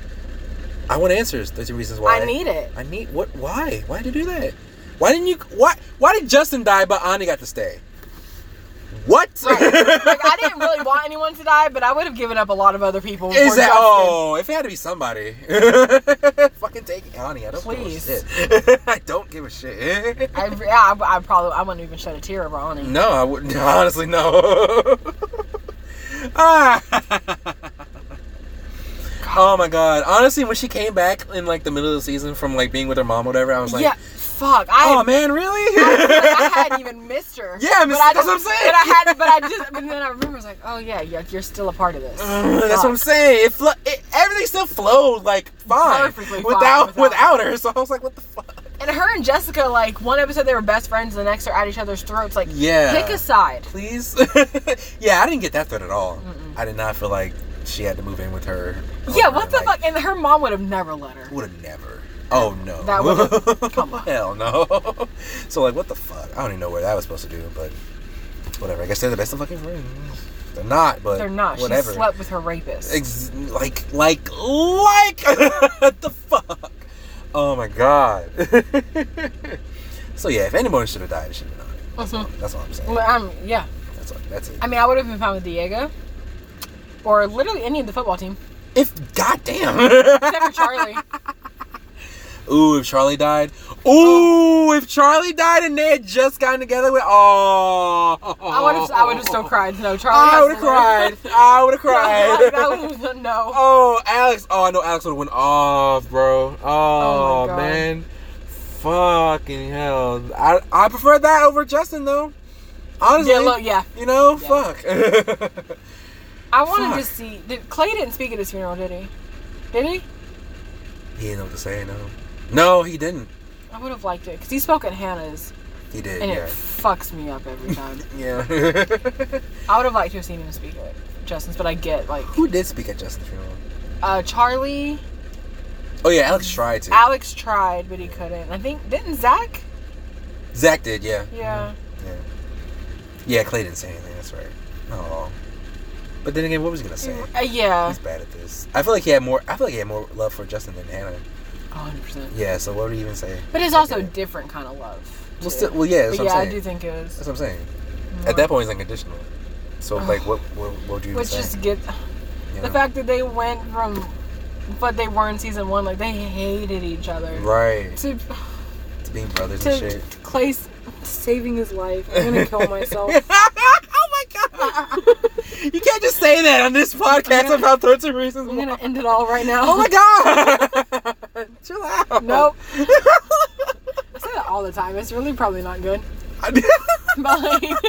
S2: I want answers. There's reasons why.
S1: I need it.
S2: I need what? Why? Why did you do that? Why didn't you? Why? Why did Justin die but Ani got to stay? What?
S1: Right. like I didn't really want anyone to die, but I would have given up a lot of other people.
S2: Is
S1: for
S2: that?
S1: Justin.
S2: Oh, if it had to be somebody, fucking take Ani. I don't
S1: Please.
S2: give a shit. I don't give a shit.
S1: I, yeah, I, I probably I wouldn't even shed a tear over Ani.
S2: No, I wouldn't. Honestly, no. ah. Oh my god. Honestly, when she came back in like the middle of the season from like being with her mom, or whatever, I was like,
S1: yeah, fuck. I,
S2: "Oh man,
S1: like,
S2: really?"
S1: I hadn't even missed her.
S2: Yeah, miss-
S1: but I
S2: that's what I'm
S1: just-
S2: saying.
S1: But I had, but I just, but then I remember I was like, oh yeah, you're, you're still a part of this.
S2: Mm, That's what I'm
S1: Fuck.
S2: saying. It, flo- it everything still flowed like fine
S1: Perfectly fine
S2: without,
S1: without-
S2: without her. So I was like, "What the fuck?"
S1: And her and Jessica, like one episode they were best friends, the next they're at each other's throats. Like,
S2: Yeah.
S1: pick a side.
S2: please. yeah, I didn't get that threat at all. I did not feel like she had to move in with her.
S1: Yeah, what the fuck? And her mom would have never let her.
S2: Would have never. Oh no.
S1: That would've- come on.
S2: Hell no. so like, what the fuck? I don't even know where that was supposed to do, but whatever. I guess they're the best of fucking friends. They're not, but
S1: They're not.
S2: Whatever.
S1: She slept with her rapist.
S2: Ex- like, like, like. what the fuck? Oh my god. so yeah, if anyone should have died, it should have been. Ani. That's, all- that's all I'm saying.
S1: Hmm. Mm-hmm. Well, um, yeah.
S2: That's, all, that's it.
S1: I mean, I would have been fine with Diego, or literally any of the football team
S2: If goddamn.
S1: except for Charlie.
S2: Ooh, if Charlie died. Ooh, if Charlie died and they had just gotten together with. Oh.
S1: I would have. I would have still cried. No, Charlie.
S2: I
S1: has
S2: would have
S1: to live.
S2: cried. I would have
S1: Like, I
S2: cried.
S1: would've- no.
S2: oh, Alex. Oh, I know Alex would have went off, bro. Oh,
S1: Oh my God.
S2: man. Fucking hell. I, I prefer that over Justin, though. Honestly.
S1: Yeah, look, yeah.
S2: You know?
S1: Yeah.
S2: Fuck.
S1: I wanted to
S2: Fuck.
S1: see. Did, Clay didn't speak at his funeral, did he? Did he?
S2: he didn't know what to say, no. No, he didn't.
S1: I would have liked it because he spoke at Hannah's,
S2: He did,
S1: and
S2: yeah.
S1: it fucks me up every time.
S2: Yeah.
S1: I would have liked to have seen him speak at Justin's, but I get like
S2: Who did speak at Justin's funeral?
S1: uh, Charlie.
S2: Oh yeah, Alex tried to.
S1: Alex tried, but he couldn't. I think didn't Zach?
S2: Zach did, yeah.
S1: Yeah.
S2: Yeah, Clay didn't say anything. That's right. Oh, but then again, what was he gonna say?
S1: Uh, yeah.
S2: He's bad at this. I feel like he had more. I feel like he had more love for Justin than Hannah.
S1: 100. percent
S2: Yeah. So what would he even say?
S1: But it's
S2: I
S1: also a
S2: get it.
S1: different kind of love.
S2: Well, still, well, yeah.
S1: But
S2: That's
S1: yeah,
S2: what
S1: I
S2: I'm saying.
S1: do Uh-huh. think it is.
S2: That's what I'm saying. At that point, it's like additional. So like, what what, what would you even
S1: Oh. Which
S2: say?
S1: just get
S2: you
S1: the
S2: know?
S1: fact that they went from, but they were in season one. Like they hated each other.
S2: right
S1: To
S2: to being brothers and
S1: to
S2: shit.
S1: Clay s- saving his life. I'm gonna kill myself.
S2: oh my god! You can't just say that on this podcast
S1: gonna-
S2: about torture reasons.
S1: I'm gonna end it all right now.
S2: Oh my god! Chill out.
S1: Nope. I say that all the time. It's really probably not good. But like, like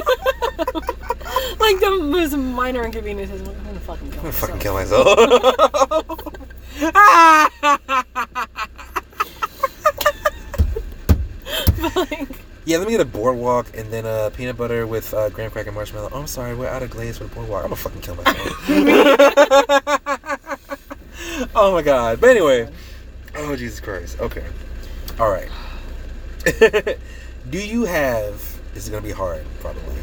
S1: the most minor inconvenience is I'm gonna fucking kill
S2: I'm gonna
S1: myself.
S2: fucking kill myself. yeah,
S1: But, like,
S2: let me get a boardwalk and then uh, peanut butter with uh, graham cracker marshmallow. Oh, I'm sorry, we're out of glaze for the boardwalk. I'm gonna fucking kill myself. oh my god. But anyway. Oh, Jesus Christ. Okay. All right. do you have, this is gonna be hard, probably,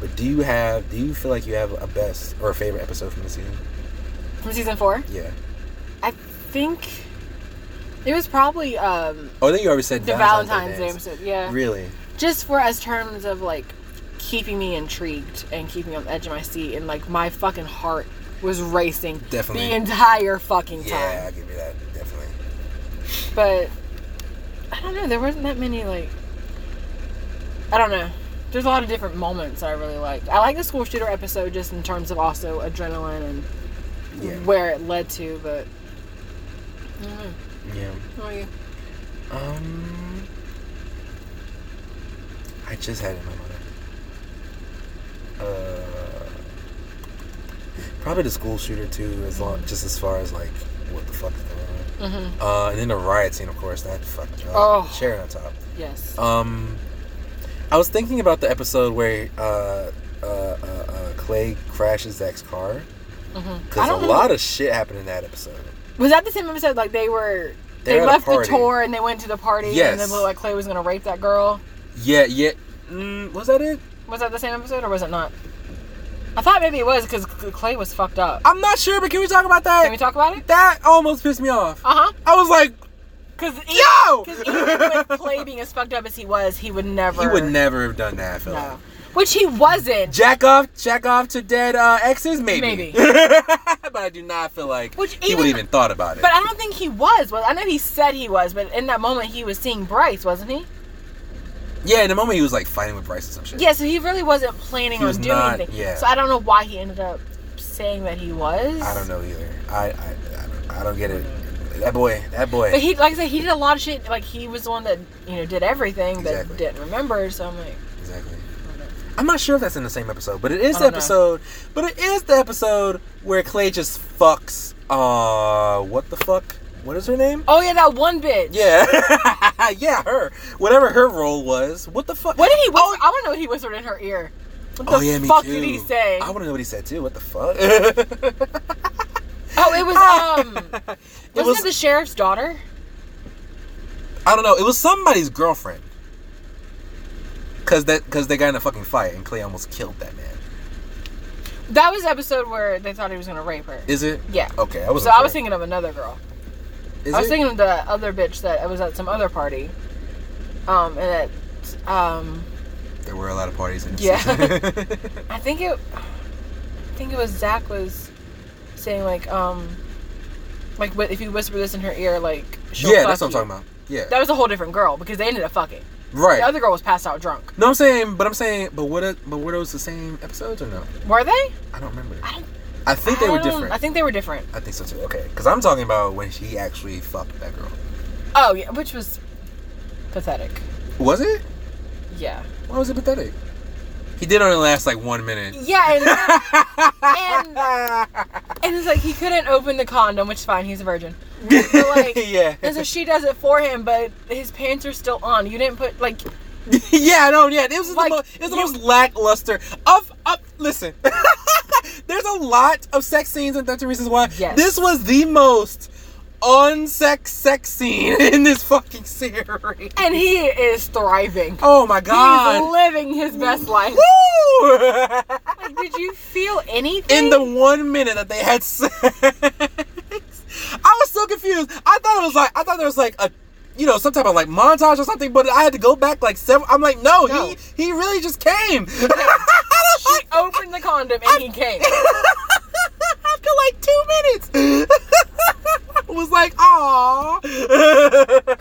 S2: but do you have, do you feel like you have a best or a favorite episode from the season?
S1: from season four,
S2: Yeah.
S1: I think it was probably um,
S2: Oh, I think you already said
S1: the Valentine's Day episode. Yeah.
S2: Really?
S1: just for as terms of like keeping me intrigued and keeping me on the edge of my seat and like my fucking heart was racing
S2: Definitely.
S1: the entire fucking time
S2: yeah, I'll give you that. Definitely.
S1: but i don't know there wasn't that many like i don't know there's a lot of different moments i really liked i like the school shooter episode just in terms of also adrenaline and
S2: Yeah.
S1: where it led to but I don't know.
S2: Yeah.
S1: How about you?
S2: Um. I just had it in my mind. Uh. Probably the school shooter too, as long just as far as like what the fuck is going on.
S1: Mhm.
S2: Uh, and then the riot scene, of course, that fucked up.
S1: Oh.
S2: Sharon on top.
S1: Yes.
S2: Um, I was thinking about the episode where uh, uh, uh, uh, Clay crashes Zach's car
S1: Mhm. I
S2: because a
S1: don't know-
S2: lot of shit happened in that episode.
S1: Was that the same episode? Like they were,
S2: They
S1: they,
S2: were at a
S1: left the
S2: party.
S1: tour and they went to the party, and
S2: Yes.
S1: then like Clay was gonna rape that girl.
S2: Yeah, yeah. Mm, was that it?
S1: Was that the same episode or was it not? I thought maybe it was because Clay was fucked up.
S2: I'm not sure, but can we talk about
S1: Can we
S2: that?
S1: talk about it?
S2: That almost pissed me off.
S1: Uh huh.
S2: I was like,
S1: Because
S2: Yo!
S1: even with Clay being as fucked up as he was, he would never.
S2: he would never have done that. I feel like.
S1: No. Which he wasn't.
S2: Jack off, jack off to dead uh, exes, maybe.
S1: Maybe.
S2: but I do not feel like
S1: Which
S2: he would
S1: even-
S2: even thought about it.
S1: But I don't think he was. Well, I know he said he was, but in that moment he was seeing Bryce, wasn't he?
S2: yeah, in the moment he was like fighting with Bryce or some shit.
S1: Yeah, so he really wasn't planning
S2: He
S1: on
S2: was
S1: doing
S2: not-
S1: anything.
S2: yeah.
S1: So I don't know why he ended up saying that he was.
S2: I don't know either. I I, I, don't, I don't get it. That boy, that boy.
S1: But he, like I said, he did a lot of shit. Like he was the one that you know did everything that
S2: Exactly.
S1: didn't remember. So I'm like,
S2: exactly.
S1: I don't know.
S2: I'm not sure if that's in the same episode, but it is
S1: I
S2: the
S1: don't know.
S2: episode. But it is the episode where Clay just fucks. Uh, what the fuck? What is her name?
S1: oh yeah, that one bitch.
S2: Yeah, yeah, her. Whatever her role was. What the fuck?
S1: What did he? Whisper? I want to know what he whispered in her ear. What
S2: Oh
S1: the
S2: yeah, me
S1: fuck
S2: too.
S1: did he say?
S2: I want to know what he said too. What the fuck?
S1: oh, it was um, wasn't
S2: it
S1: it,
S2: was.
S1: the sheriff's daughter?
S2: I don't know. It was somebody's girlfriend. Cause that, cause they got in a fucking fight, and Clay almost killed that man.
S1: That was the episode where they thought he was gonna rape her.
S2: Is it?
S1: yeah.
S2: Okay, I Oh, was.
S1: So I was thinking of another girl.
S2: Is
S1: I was
S2: it?
S1: thinking of the other bitch that was at some other party. Um, and that um,
S2: There were a lot of parties in this
S1: Yeah.
S2: season.
S1: I think it. I think it was Zach was saying like um, like wh- if you whisper this in her ear, like she'll
S2: yeah,
S1: fuck
S2: that's what I'm
S1: you.
S2: talking about. Yeah.
S1: That was a whole different girl because they ended up fucking.
S2: right.
S1: The other girl was passed out drunk.
S2: no, I'm saying, but I'm saying, but what? But were those the same episodes or no?
S1: Were they? I
S2: I don't remember.
S1: I don't-
S2: I think they were
S1: don't-
S2: different.
S1: I think they were different.
S2: I think so too. Okay, because I'm talking about when she actually fucked that girl.
S1: Oh yeah, which was pathetic.
S2: Was it?
S1: Yeah.
S2: Why was it pathetic? He did only last like one minute.
S1: Yeah, and, and it's like he couldn't open the condom, which is fine. He's a virgin. like,
S2: yeah.
S1: And so she does it for him, but his pants are still on. You didn't put like
S2: yeah, no, yeah. It was
S1: Like,
S2: the most, it was the
S1: you-
S2: most lackluster of of. Listen, there's a lot of sex scenes in Thirteen Reasons Why.
S1: Yes.
S2: This was the most unsex sex scene in this fucking series.
S1: and he is thriving.
S2: Oh my
S1: He's
S2: god.
S1: living his best life.
S2: Woo!
S1: Like, did you feel anything?
S2: in the one minute that they had sex, I was so confused. I thought it was like I thought there was like a you know some type of like montage or something. But I had to go back like seven. I'm like, no,
S1: No.
S2: he he really just came.
S1: She opened the condom and he came.
S2: After like two minutes, I was like, aw.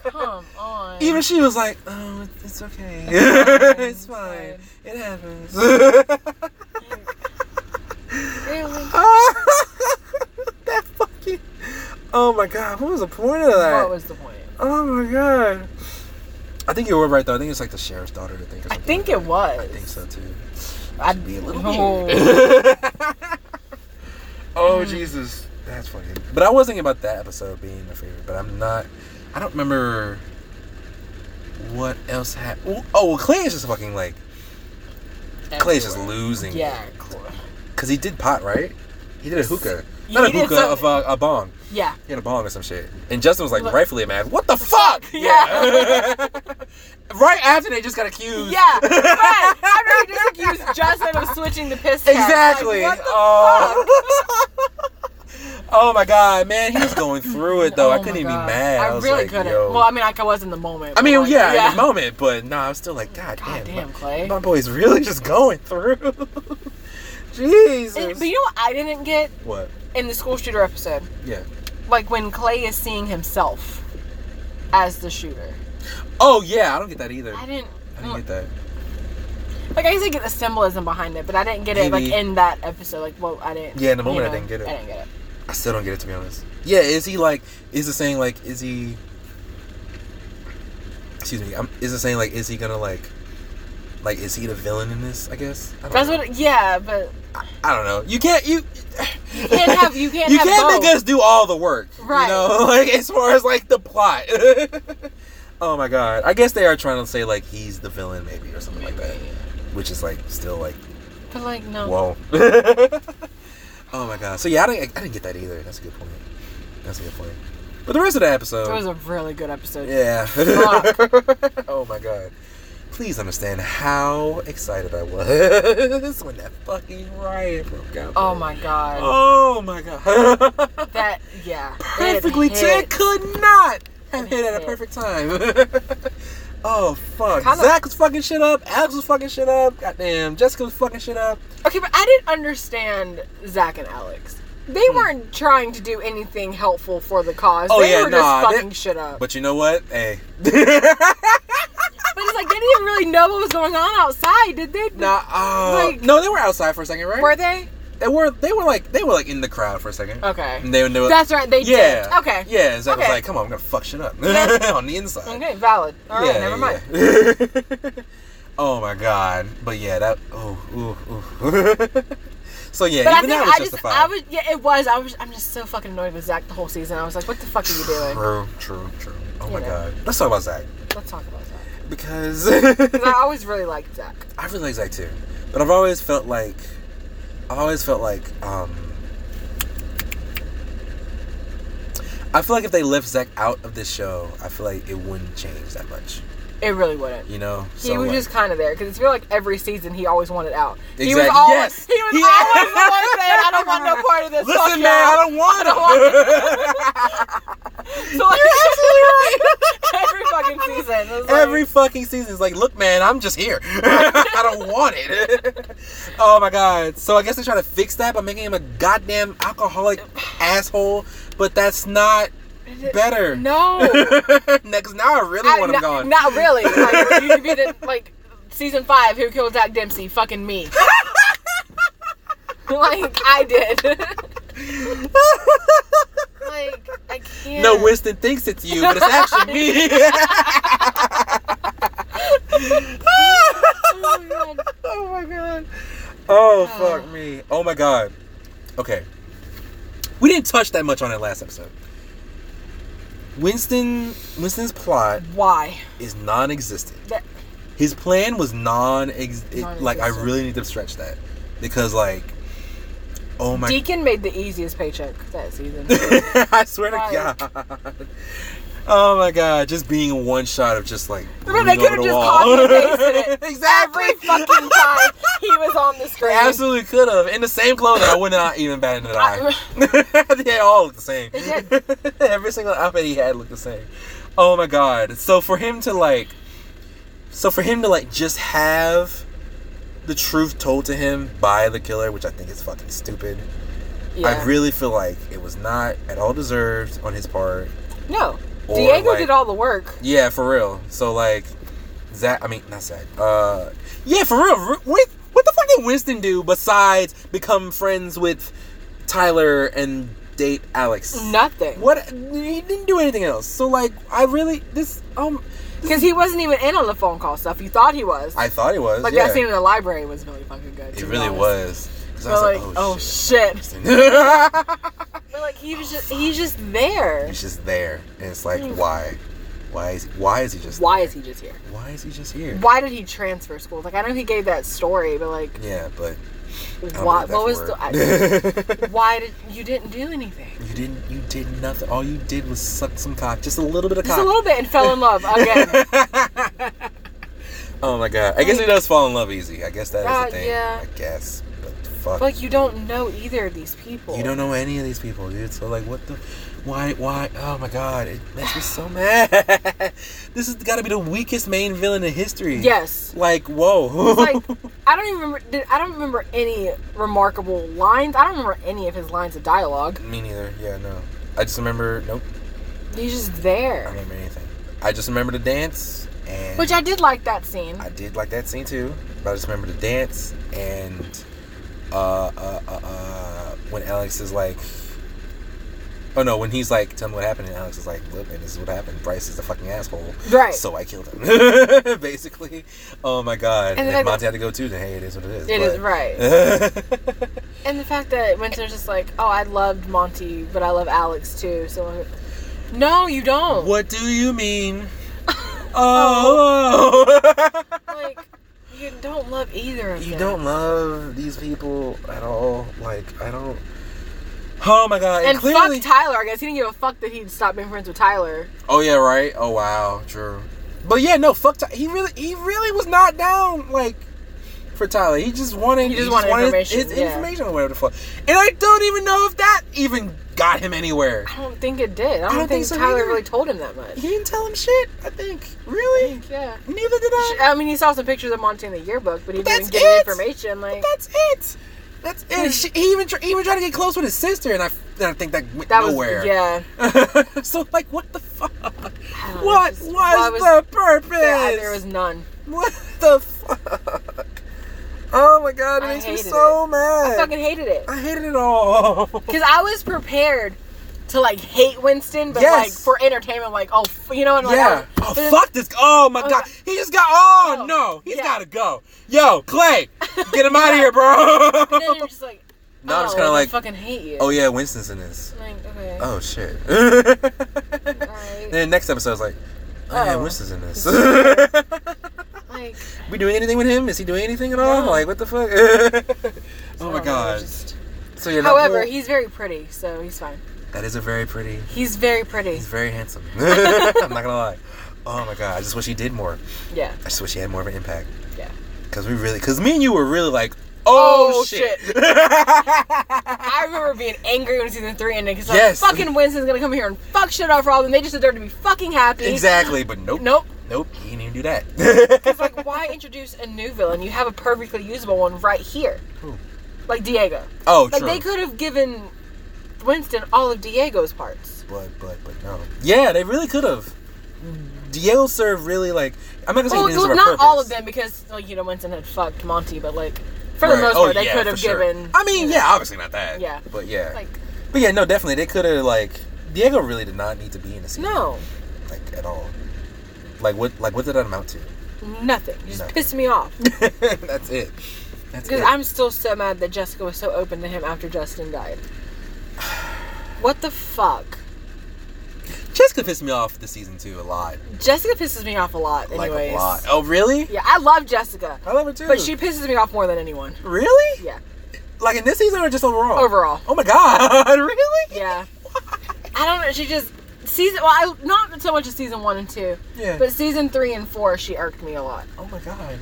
S1: Come on.
S2: Even she was like, oh, it- it's okay. it's fine. It happens.
S1: really?
S2: that fucking. Oh my god, what was the point of that?
S1: What was the point?
S2: oh my god. I think you were right though. I think it's like the sheriff's daughter. I think. Or
S1: I
S2: something
S1: think
S2: like
S1: it was.
S2: that. I think so too.
S1: I'd
S2: Be a little
S1: Oh,
S2: weird. oh
S1: Hmm.
S2: Jesus, that's funny. But I was thinking about that episode being my favorite. But I'm not. I don't remember what else happened. Oh, well, Clay is just fucking like Clay is just
S1: everywhere.
S2: losing.
S1: Yeah, Clay.
S2: Because he did pot, right? He did a hookah.
S1: He
S2: Not a
S1: did
S2: hookah, of
S1: something.
S2: uh, a bong.
S1: Yeah.
S2: He had a bong or some shit. And Justin was like
S1: Look-
S2: rightfully mad. What the fuck?
S1: Yeah.
S2: right after they just got accused.
S1: Yeah, but I mean, just accused Justin of switching the piss test.
S2: Exactly.
S1: Like, what the
S2: oh. oh my god, man, he was going through it
S1: fuck?
S2: though. I
S1: Oh
S2: couldn't
S1: my
S2: even
S1: God.
S2: be mad.
S1: I,
S2: was
S1: really
S2: like,
S1: couldn't.
S2: yo.
S1: Well, I mean, like I was in the moment.
S2: I mean,
S1: but, like,
S2: yeah, in the moment, but no, I was still like, god,
S1: God
S2: damn,
S1: damn,
S2: my-
S1: Clay.
S2: my boy's really just going through. Jesus.
S1: It- but you know what I didn't get
S2: what?
S1: in the school shooter episode?
S2: Yeah.
S1: Like when Clay is seeing himself as the shooter.
S2: Oh yeah, I don't get that either.
S1: I didn't.
S2: I didn't get that.
S1: Like I used to get the symbolism behind it, but I didn't get it
S2: Maybe.
S1: like in that episode. Like, well, I didn't.
S2: Yeah, in the moment,
S1: you
S2: I didn't get it.
S1: I didn't get it.
S2: I still don't get it to be honest. Yeah, is he like? Is it saying like? Is he? Excuse me. I'm, is it saying like? Is he gonna like? Like, is he the villain in this? I guess. I don't
S1: That's
S2: know.
S1: what. Yeah, but
S2: I don't know. You can't. You. You
S1: can't have- you can't
S2: You
S1: have
S2: can't
S1: both.
S2: make us do all the work.
S1: Right.
S2: You know, like as far as like the plot. oh my god. I guess they are trying to say like he's the villain maybe or something like that, which is like still like
S1: but like no.
S2: Whoa. oh my god. So yeah, I didn't, I didn't get that either. That's a good point. That's a good point. But the rest of the episode.
S1: It was a really good episode.
S2: yeah.
S1: Fuck.
S2: oh my god. Please understand how excited I was when that fucking riot broke out.
S1: Oh my god.
S2: Oh my god.
S1: That yeah. it
S2: Perfectly.
S1: hit.
S2: Ted could not have
S1: It
S2: hit at
S1: hit.
S2: a perfect time. oh fuck.
S1: Kinda-
S2: Zach was fucking shit up. Alex was fucking shit up. Goddamn. Jessica was fucking shit up.
S1: Okay, but I didn't understand Zach and Alex. They weren't trying to do anything helpful for the cause.
S2: Hmm. Oh,
S1: they
S2: yeah,
S1: were
S2: nah,
S1: just
S2: they-
S1: fucking shit up. But,
S2: But you know what? Hey.
S1: it's like they didn't even really know what was going on outside, did they?
S2: Nah, uh,
S1: Like-
S2: no, they were outside for a second, right?
S1: Were they?
S2: they were, they were like, they were like in the crowd for a second.
S1: Okay.
S2: And they, they were,
S1: That's right. They
S2: yeah,
S1: did. Okay.
S2: yeah. Zach was
S1: Okay.
S2: like, "Come on, I'm gonna fuck shit up
S1: Yeah.
S2: on the inside."
S1: Okay. Valid. All right. never mind.
S2: never mind. oh my god, but yeah, that. Oh, ooh, ooh. so yeah,
S1: But I think
S2: even that was
S1: I just,
S2: justified.
S1: I was, yeah, it was. I was, I'm just so fucking annoyed with Zach the whole season. I was like, what the fuck are you doing?
S2: True, true, true. Oh my
S1: You know.
S2: god, let's talk about Zach
S1: Let's talk about Zach.
S2: because
S1: 'Cause I always really liked Zach.
S2: I really like Zach too, but I've always felt like I've always felt like um I feel like if they left Zach out of this show, I feel like it wouldn't change that much.
S1: It really wouldn't.
S2: You know,
S1: He
S2: So,
S1: was
S2: like-
S1: just kind of there because it's feel like every season he always wanted out. He was
S2: Exact-
S1: always,
S2: yes.
S1: he was
S2: He-
S1: always the one saying, "I don't want no part of this." fuck
S2: listen, man.
S1: y'all."
S2: I don't want
S1: I
S2: him.
S1: don't So like, every fucking season, it was like,
S2: Every fucking season is like, look, man, I'm just here. I don't want it. oh my god. So I guess they try to fix that by making him a goddamn alcoholic asshole, but that's not better.
S1: no,
S2: Because now I really
S1: I-
S2: want him
S1: not,
S2: gone.
S1: not really. Like you could be the like season five. Who killed Zach Dempsey? Fucking me. like I did. like I can't.
S2: No, Winston thinks it's you, but it's actually me.
S1: Oh my God.
S2: oh my god. Oh fuck me. Oh my god. Okay. We didn't touch that much on it last episode. Winston Winston's plot
S1: Why?
S2: is non-existent.
S1: That-
S2: His plan was non ex it- like I
S1: Non-existent.
S2: really need to stretch that because like oh my
S1: Deacon made the easiest paycheck that season.
S2: I swear
S1: Right.
S2: to God. Oh my God! Just being one shot of just like
S1: Remember,
S2: leaning
S1: they could
S2: over
S1: have just
S2: the
S1: copied
S2: wall.
S1: and pasted it
S2: exactly.
S1: every fucking time he was on the
S2: They
S1: screen.
S2: absolutely could have in the same clothing. I would not even bat an eye. they all look the same.
S1: They
S2: Every single outfit he had looked the same. Oh my god. So for him to like so for him to like just have the truth told to him by the killer, which I think is fucking stupid.
S1: Yeah.
S2: I really feel like it was not at all deserved on his part.
S1: no.
S2: Or,
S1: Diego
S2: like-
S1: did all the work.
S2: Yeah, for real. So like Zach I mean not Zach. Uh yeah, for real. Ru- What what the fuck did Winston do besides become friends with Tyler and date Alex?
S1: Nothing.
S2: What he didn't do anything else. So like I really this um
S1: Because he wasn't even in on the phone call stuff. You thought he was.
S2: I thought it was.
S1: like
S2: yeah.
S1: that scene in the library was really fucking good. to
S2: It
S1: be
S2: really
S1: honest.
S2: was. 'Cause I
S1: But like,
S2: was like,
S1: oh,
S2: shit.
S1: shit.
S2: it's
S1: But like he was just he's just there.
S2: just there, and it's like, why? Why is why is he just?
S1: Mm. Why is he just here?
S2: Why is he just here?
S1: Why did he transfer schools? Like I know he gave that story, but like
S2: Yeah, but I don't
S1: why,
S2: know
S1: what was
S2: if
S1: the
S2: that's
S1: I,
S2: a word.
S1: why did you didn't do anything?
S2: you didn't. You did nothing. All you did was suck some cock, just a little bit of
S1: Just
S2: cock.
S1: a little bit and fell in love again.
S2: oh my god! I guess he does fall in love easy. I guess that is
S1: God,
S2: the thing.
S1: Uh, yeah.
S2: I guess, but fuck.
S1: like you don't know either of these people.
S2: You don't know any of these people, dude. So like, what the? Why? Why? Oh my god! It makes me so mad. this has got to be the weakest main villain in history.
S1: Yes.
S2: Like, whoa.
S1: It's like I don't even remember. Did, I don't remember any remarkable lines. I don't remember any of his lines of dialogue.
S2: me neither. Yeah, no. I just remember. Nope.
S1: He's just
S2: I don't
S1: there.
S2: remember anything. I just remember the dance, and
S1: Which I did like that scene.
S2: I did like that scene too. But I just remember the dance and uh uh uh, uh when Alex is like. Oh no! When he's like, "Tell me what happened," and Alex is like, "Look, and this is what happened. Bryce is a fucking asshole."
S1: Right.
S2: So I killed him, basically. Oh my god!
S1: And
S2: And
S1: then
S2: if
S1: I go-
S2: Monty had to go too, then hey, it is what it is.
S1: It is right.
S2: right.
S1: And the fact that Winston's just like, oh, I loved Monty, but I love Alex too. So, like, no, you don't.
S2: what do you mean? Oh,
S1: Like, you don't love either of
S2: you
S1: them.
S2: don't love these people at all. Like I don't. Oh my god! And,
S1: And
S2: clearly,
S1: fuck Tyler. I guess he didn't give a fuck that he'd stopped being friends with Tyler.
S2: Oh yeah, right. Oh wow, true. But yeah, no, fuck. Ty- he really, he really was not down like for Tyler. He just wanted,
S1: He just wanted information,
S2: his, his
S1: yeah.
S2: information or whatever the fuck. And I don't even know if that even got him anywhere.
S1: I don't think it did. I don't,
S2: don't
S1: think,
S2: think so
S1: Tyler
S2: either.
S1: really told him that much.
S2: He didn't tell him shit. I think really.
S1: Yeah.
S2: Neither did I.
S1: I mean, he saw some pictures of Monty in the yearbook, but he
S2: That's
S1: didn't get any
S2: it.
S1: information. Like,
S2: That's it. That's
S1: Hmm.
S2: it. She, he even tr- he even tried to get close with his sister, and I, and I think that went
S1: that was,
S2: nowhere.
S1: yeah.
S2: so like, what the fuck?
S1: Oh, I don't know,
S2: What
S1: just-
S2: was,
S1: why
S2: the purpose?
S1: yeah, there was none.
S2: What the fuck? Oh my god, it
S1: I
S2: makes me
S1: hated
S2: so mad.
S1: I fucking Oh hated it.
S2: I hated it all.
S1: Because I was prepared to like hate Winston, but
S2: Yes.
S1: like for entertainment, like oh, f- you know, and like, I
S2: yeah.
S1: was-
S2: Oh
S1: but-
S2: fuck this. Oh my god. He just got. Oh,
S1: Oh,
S2: no. He's
S1: yeah.
S2: gotta go. Yo, Clay, get him out of here,
S1: and then
S2: bro.
S1: you're just like,
S2: No, I'm just
S1: oh,
S2: kinda
S1: I
S2: like,
S1: fucking hate you.
S2: oh yeah, Winston's in this.
S1: Like, okay.
S2: Oh shit.
S1: Alright.
S2: Then next episode is like, oh, yeah,
S1: Oh.
S2: Winston's in this.
S1: Like,
S2: we doing anything with him? Is he doing anything at all?
S1: No.
S2: Like what the fuck?
S1: I
S2: oh
S1: don't
S2: my
S1: know,
S2: god.
S1: just-
S2: So yeah. that
S1: However,
S2: whole-
S1: he's very pretty, so he's fine.
S2: that is a very pretty
S1: He's very pretty.
S2: He's very handsome. I'm not gonna lie. Oh my god, I just wish he did more.
S1: Yeah.
S2: I just wish he had more of an impact.
S1: Yeah.
S2: Cause we really, cause me and you were really like, oh,
S1: Oh,
S2: shit.
S1: I remember being angry when season three ended because
S2: Yes.
S1: like, fucking Winston's gonna come here and fuck shit up for all of them. They just deserve to be fucking happy.
S2: exactly, but nope, nope,
S1: Nope.
S2: he didn't even do that.
S1: It's like, why introduce a new villain? You have a perfectly usable one right here.
S2: Who?
S1: Like Diego.
S2: oh,
S1: Like
S2: true.
S1: they could have given Winston all of Diego's parts.
S2: but but but no. Yeah, they really could have. Diego served really like. I'm not gonna say
S1: Well,
S2: he didn't serve a
S1: not
S2: purpose.
S1: all of them because like you know Winston had fucked Monty, but like for the
S2: Right.
S1: most
S2: Oh,
S1: part they
S2: yeah,
S1: could have
S2: for sure.
S1: given.
S2: I mean,
S1: you know,
S2: yeah, obviously not that.
S1: Yeah.
S2: but yeah,
S1: Like
S2: but yeah, no, definitely they could have like. Diego really did not need to be in the scene.
S1: no,
S2: like at all. Like what? Like what did that amount to?
S1: nothing. You just
S2: No.
S1: pissed me off
S2: That's it. That's
S1: because
S2: it.
S1: I'm still so mad that Jessica was so open to him after Justin died. What the fuck?
S2: Jessica pissed me off this season too a lot.
S1: Jessica pisses me off a lot, anyways.
S2: Like a lot. Oh really?
S1: Yeah, I love Jessica,
S2: I love her too.
S1: but she pisses me off more than anyone.
S2: really?
S1: Yeah,
S2: Like in this season or just overall?
S1: overall.
S2: Oh my god! really?
S1: Yeah. I don't know. She just season. Well, I, not so much as season one and two,
S2: Yeah.
S1: but season three and four, she irked me a lot.
S2: oh my god.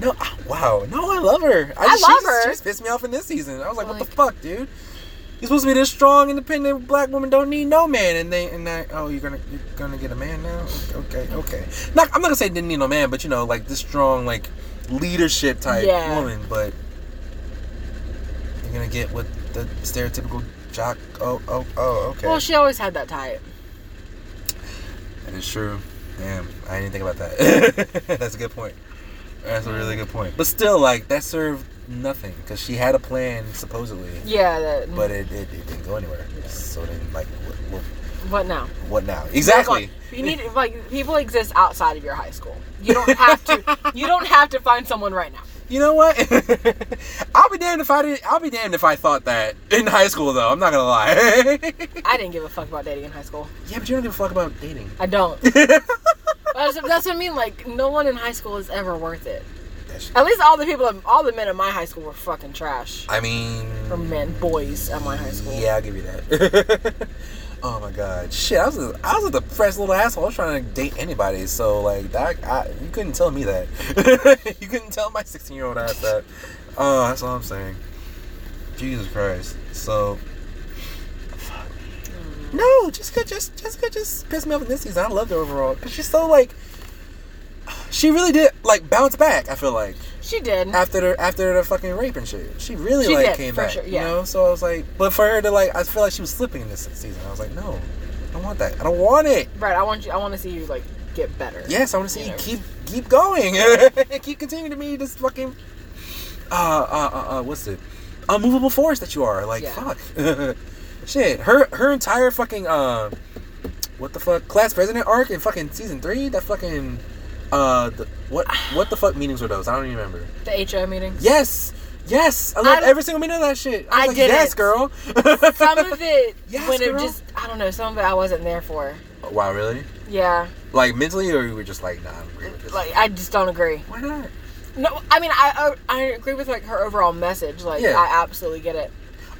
S2: No, ah, wow. No, I love her.
S1: I
S2: she
S1: love
S2: just-
S1: her.
S2: She just pissed me off in this season. I was like, what
S1: Like-
S2: the fuck, dude? You're supposed to be this strong, independent black woman. Don't need no man. And they and I, oh, you're gonna you're gonna get a man now. Okay, okay. Not, I'm not gonna say didn't need no man, but you know, like this strong like leadership type
S1: Yeah.
S2: woman. But you're gonna get with the stereotypical jock. Oh, oh, oh. Okay.
S1: Well, she always had that type.
S2: That is true. Damn, I didn't think about that. that's a good point. That's a really good point. But still, like that served nothing because she had a plan supposedly,
S1: Yeah, that,
S2: but it, it, it didn't go anywhere. So then, like, what, what,
S1: but no.
S2: what now? Exactly.
S1: Like, you need like people exist outside of your high school. You don't have to. you don't have to find someone right now.
S2: You know what? I'll be damned if I did. I'll be damned if I thought that in high school, though. I'm not gonna lie.
S1: I didn't give a fuck about dating in high school.
S2: yeah, but you don't give a fuck about dating.
S1: I don't.
S2: That's-
S1: That's, that's what I mean. Like no one in high school is ever worth it. At least all the people, all the men at my high school were fucking trash.
S2: I mean,
S1: Or men, boys at my high school.
S2: Yeah, I'll give you that. oh my god, shit! I was a, I was a depressed little asshole. I was trying to date anybody, so like that, I, you couldn't tell me that. you couldn't tell my sixteen year old ass that. Oh, that's all I'm saying. Jesus Christ. So. No, Jessica just Jessica just pissed me off in this season. I loved her overall, but she's so like, she really did like bounce back. I feel like
S1: She did.
S2: after the after the fucking rape and shit. She really
S1: She
S2: like
S1: did,
S2: came
S1: for
S2: back,
S1: sure,
S2: you
S1: yeah.
S2: know. So I was like, but for her to like, I feel like she was slipping in this season. I was like, no, I don't want that. I don't want it.
S1: Right. I want you. I want to see you like get better.
S2: Yes, I want to see you
S1: Yeah.
S2: keep keep going, keep continuing to be this fucking uh uh uh, uh what's it, unmovable force that you are. Like
S1: Yeah.
S2: fuck, shit. Her her entire fucking uh, what the fuck class president arc in fucking season three. That fucking uh, the, what what the fuck meetings were those? I don't even remember.
S1: The HO meetings.
S2: Yes. Yes, I love
S1: I-
S2: every single minute of that shit.
S1: I
S2: I, was like,
S1: did
S2: Yes,
S1: it.
S2: girl.
S1: Some of it,
S2: Yes,
S1: when it
S2: girl.
S1: just, I don't know. Some of it I wasn't there for.
S2: wow, really?
S1: Yeah.
S2: Like mentally, or you were just like, nah, I'm agree with this.
S1: Like I just don't agree.
S2: why not?
S1: No, I mean I I, I agree with like her overall message. Like
S2: Yeah.
S1: I absolutely get it.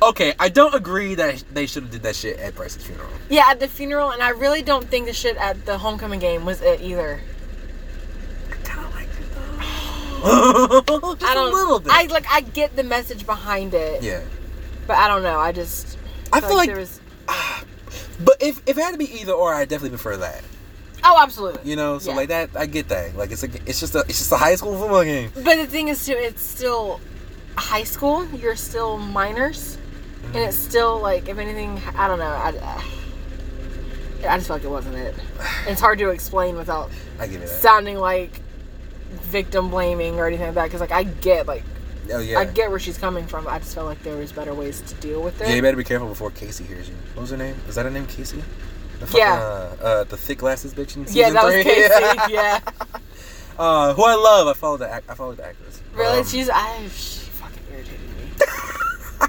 S2: Okay, I don't agree that they should have did that shit at Bryce's funeral.
S1: Yeah, at the funeral, and I really don't think the shit at the homecoming game was it either.
S2: I kind of like it though. just
S1: I don't.
S2: a little bit.
S1: I like I get the message behind it,
S2: yeah,
S1: but I don't know. I just
S2: I feel like,
S1: there was.
S2: but if if it had to be either or, I definitely prefer that.
S1: Oh, absolutely.
S2: You know, so
S1: Yeah.
S2: like that, I get that. Like it's a, it's just a, it's just a high school football game.
S1: But the thing is, too, it's still high school. You're still minors, and it's still like if anything, I don't know. I, I just felt like it wasn't it. It's hard to explain without
S2: I give it that.
S1: sounding like victim blaming or anything like that. Because like I get like
S2: oh yeah.
S1: I get where she's coming from. but I just felt like there was better ways to deal with
S2: Yeah, you
S1: it.
S2: better be careful before Casey hears you. What was her name? Is that her name, Casey? The
S1: Yeah.
S2: Uh, uh, the thick glasses bitch in season
S1: Yeah, that
S2: three.
S1: was Casey. yeah,
S2: uh, who I love. I follow the act- I follow the actress.
S1: really,
S2: Um,
S1: she's I she fucking irritated me.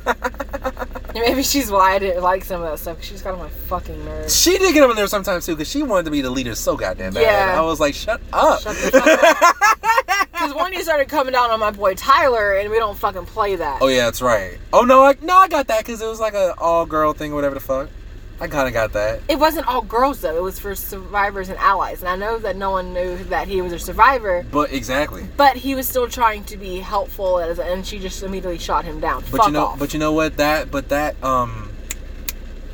S1: And Maybe she's why I didn't like some of that stuff. 'cause She's got on my fucking nerves.
S2: she did get on there sometimes too, because she wanted to be the leader so goddamn bad.
S1: Yeah.
S2: And I was like, shut up.
S1: Shut the fuck Because one, you started coming down on my boy Tyler, and we don't fucking play that.
S2: oh yeah, that's right. Oh no, I no, I got that because it was like a all girl thing or whatever the fuck. I kind of got that.
S1: It wasn't all girls though. It was for survivors and allies, and I know that no one knew that he was a survivor.
S2: But exactly.
S1: But he was still trying to be helpful, as, and she just immediately shot him down.
S2: But
S1: Fuck
S2: you know,
S1: off.
S2: but you know what? That, but that, um,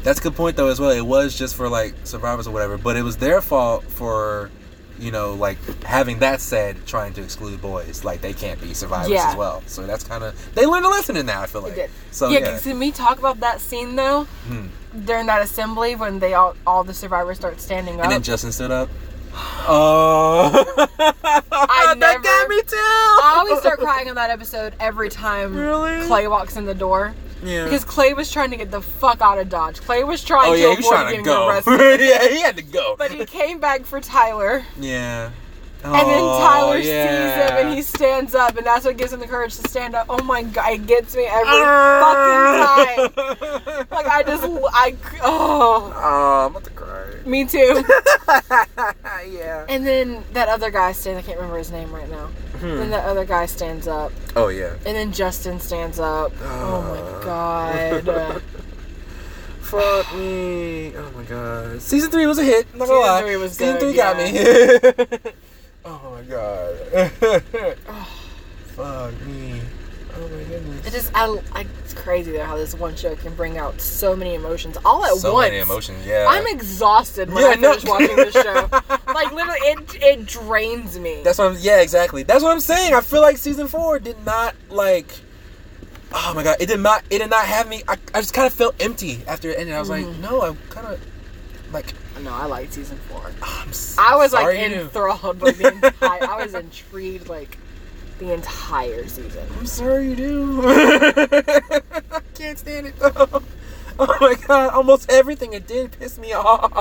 S2: that's a good point though as well. It was just for like survivors or whatever, but it was their fault for, you know, like having that said, trying to exclude boys. Like they can't be survivors
S1: Yeah.
S2: as well. So that's kind of they learned a lesson in that. I feel like.
S1: did.
S2: So
S1: yeah,
S2: yeah.
S1: Cause can we talk about that scene though?
S2: Hmm.
S1: During that assembly, when they all all the survivors start standing up,
S2: And then Justin stood up. Oh, that
S1: never-
S2: got me too.
S1: I always start crying on that episode every time
S2: Really?
S1: Clay walks in the door
S2: Yeah.
S1: because Clay was trying to get the fuck out of Dodge. Clay was trying
S2: oh
S1: to
S2: yeah, he
S1: avoid
S2: was trying to
S1: getting
S2: go.
S1: arrested,
S2: yeah, he had to go.
S1: but he came back for Tyler,
S2: yeah. Oh,
S1: and then Tyler sees him and
S2: he's.
S1: he stands up, and that's what gives him the courage to stand up. Oh my god, it gets me every fucking time.
S2: time.
S1: Like I just, I oh,
S2: Oh, I'm about to cry.
S1: me too.
S2: Oh, yeah.
S1: And then that other guy stands. I can't remember his name right now.
S2: Hmm.
S1: Then that other guy stands up,
S2: Oh yeah.
S1: and then Justin stands up. Oh
S2: Uh.
S1: my god!
S2: Fuck me. Oh my god. Season three was a hit. I'm not
S1: Season
S2: gonna lie.
S1: three was
S2: Season
S1: good,
S2: three got me. oh my god. Fuck me. Oh my goodness.
S1: It just, I, I, it's crazy though how this one show can bring out so many emotions all at
S2: so
S1: once.
S2: many emotions. Yeah.
S1: I'm exhausted when
S2: Yeah,
S1: I
S2: no.
S1: finish watching this show. like literally, it it drains me.
S2: That's what I'm. Yeah, exactly. That's what I'm saying. I feel like season four did not like. Oh my god! It did not. It did not have me. I, I just kind of felt empty after it ended. I was like,
S1: Mm-hmm.
S2: no, I kind of like. ah,
S1: no, I like season four.
S2: I'm s-
S1: I was like
S2: sorry you-
S1: enthralled by the entire. I was intrigued like the entire season.
S2: I'm sorry you do. I can't stand it though. Oh my god! Almost everything it did pissed me off.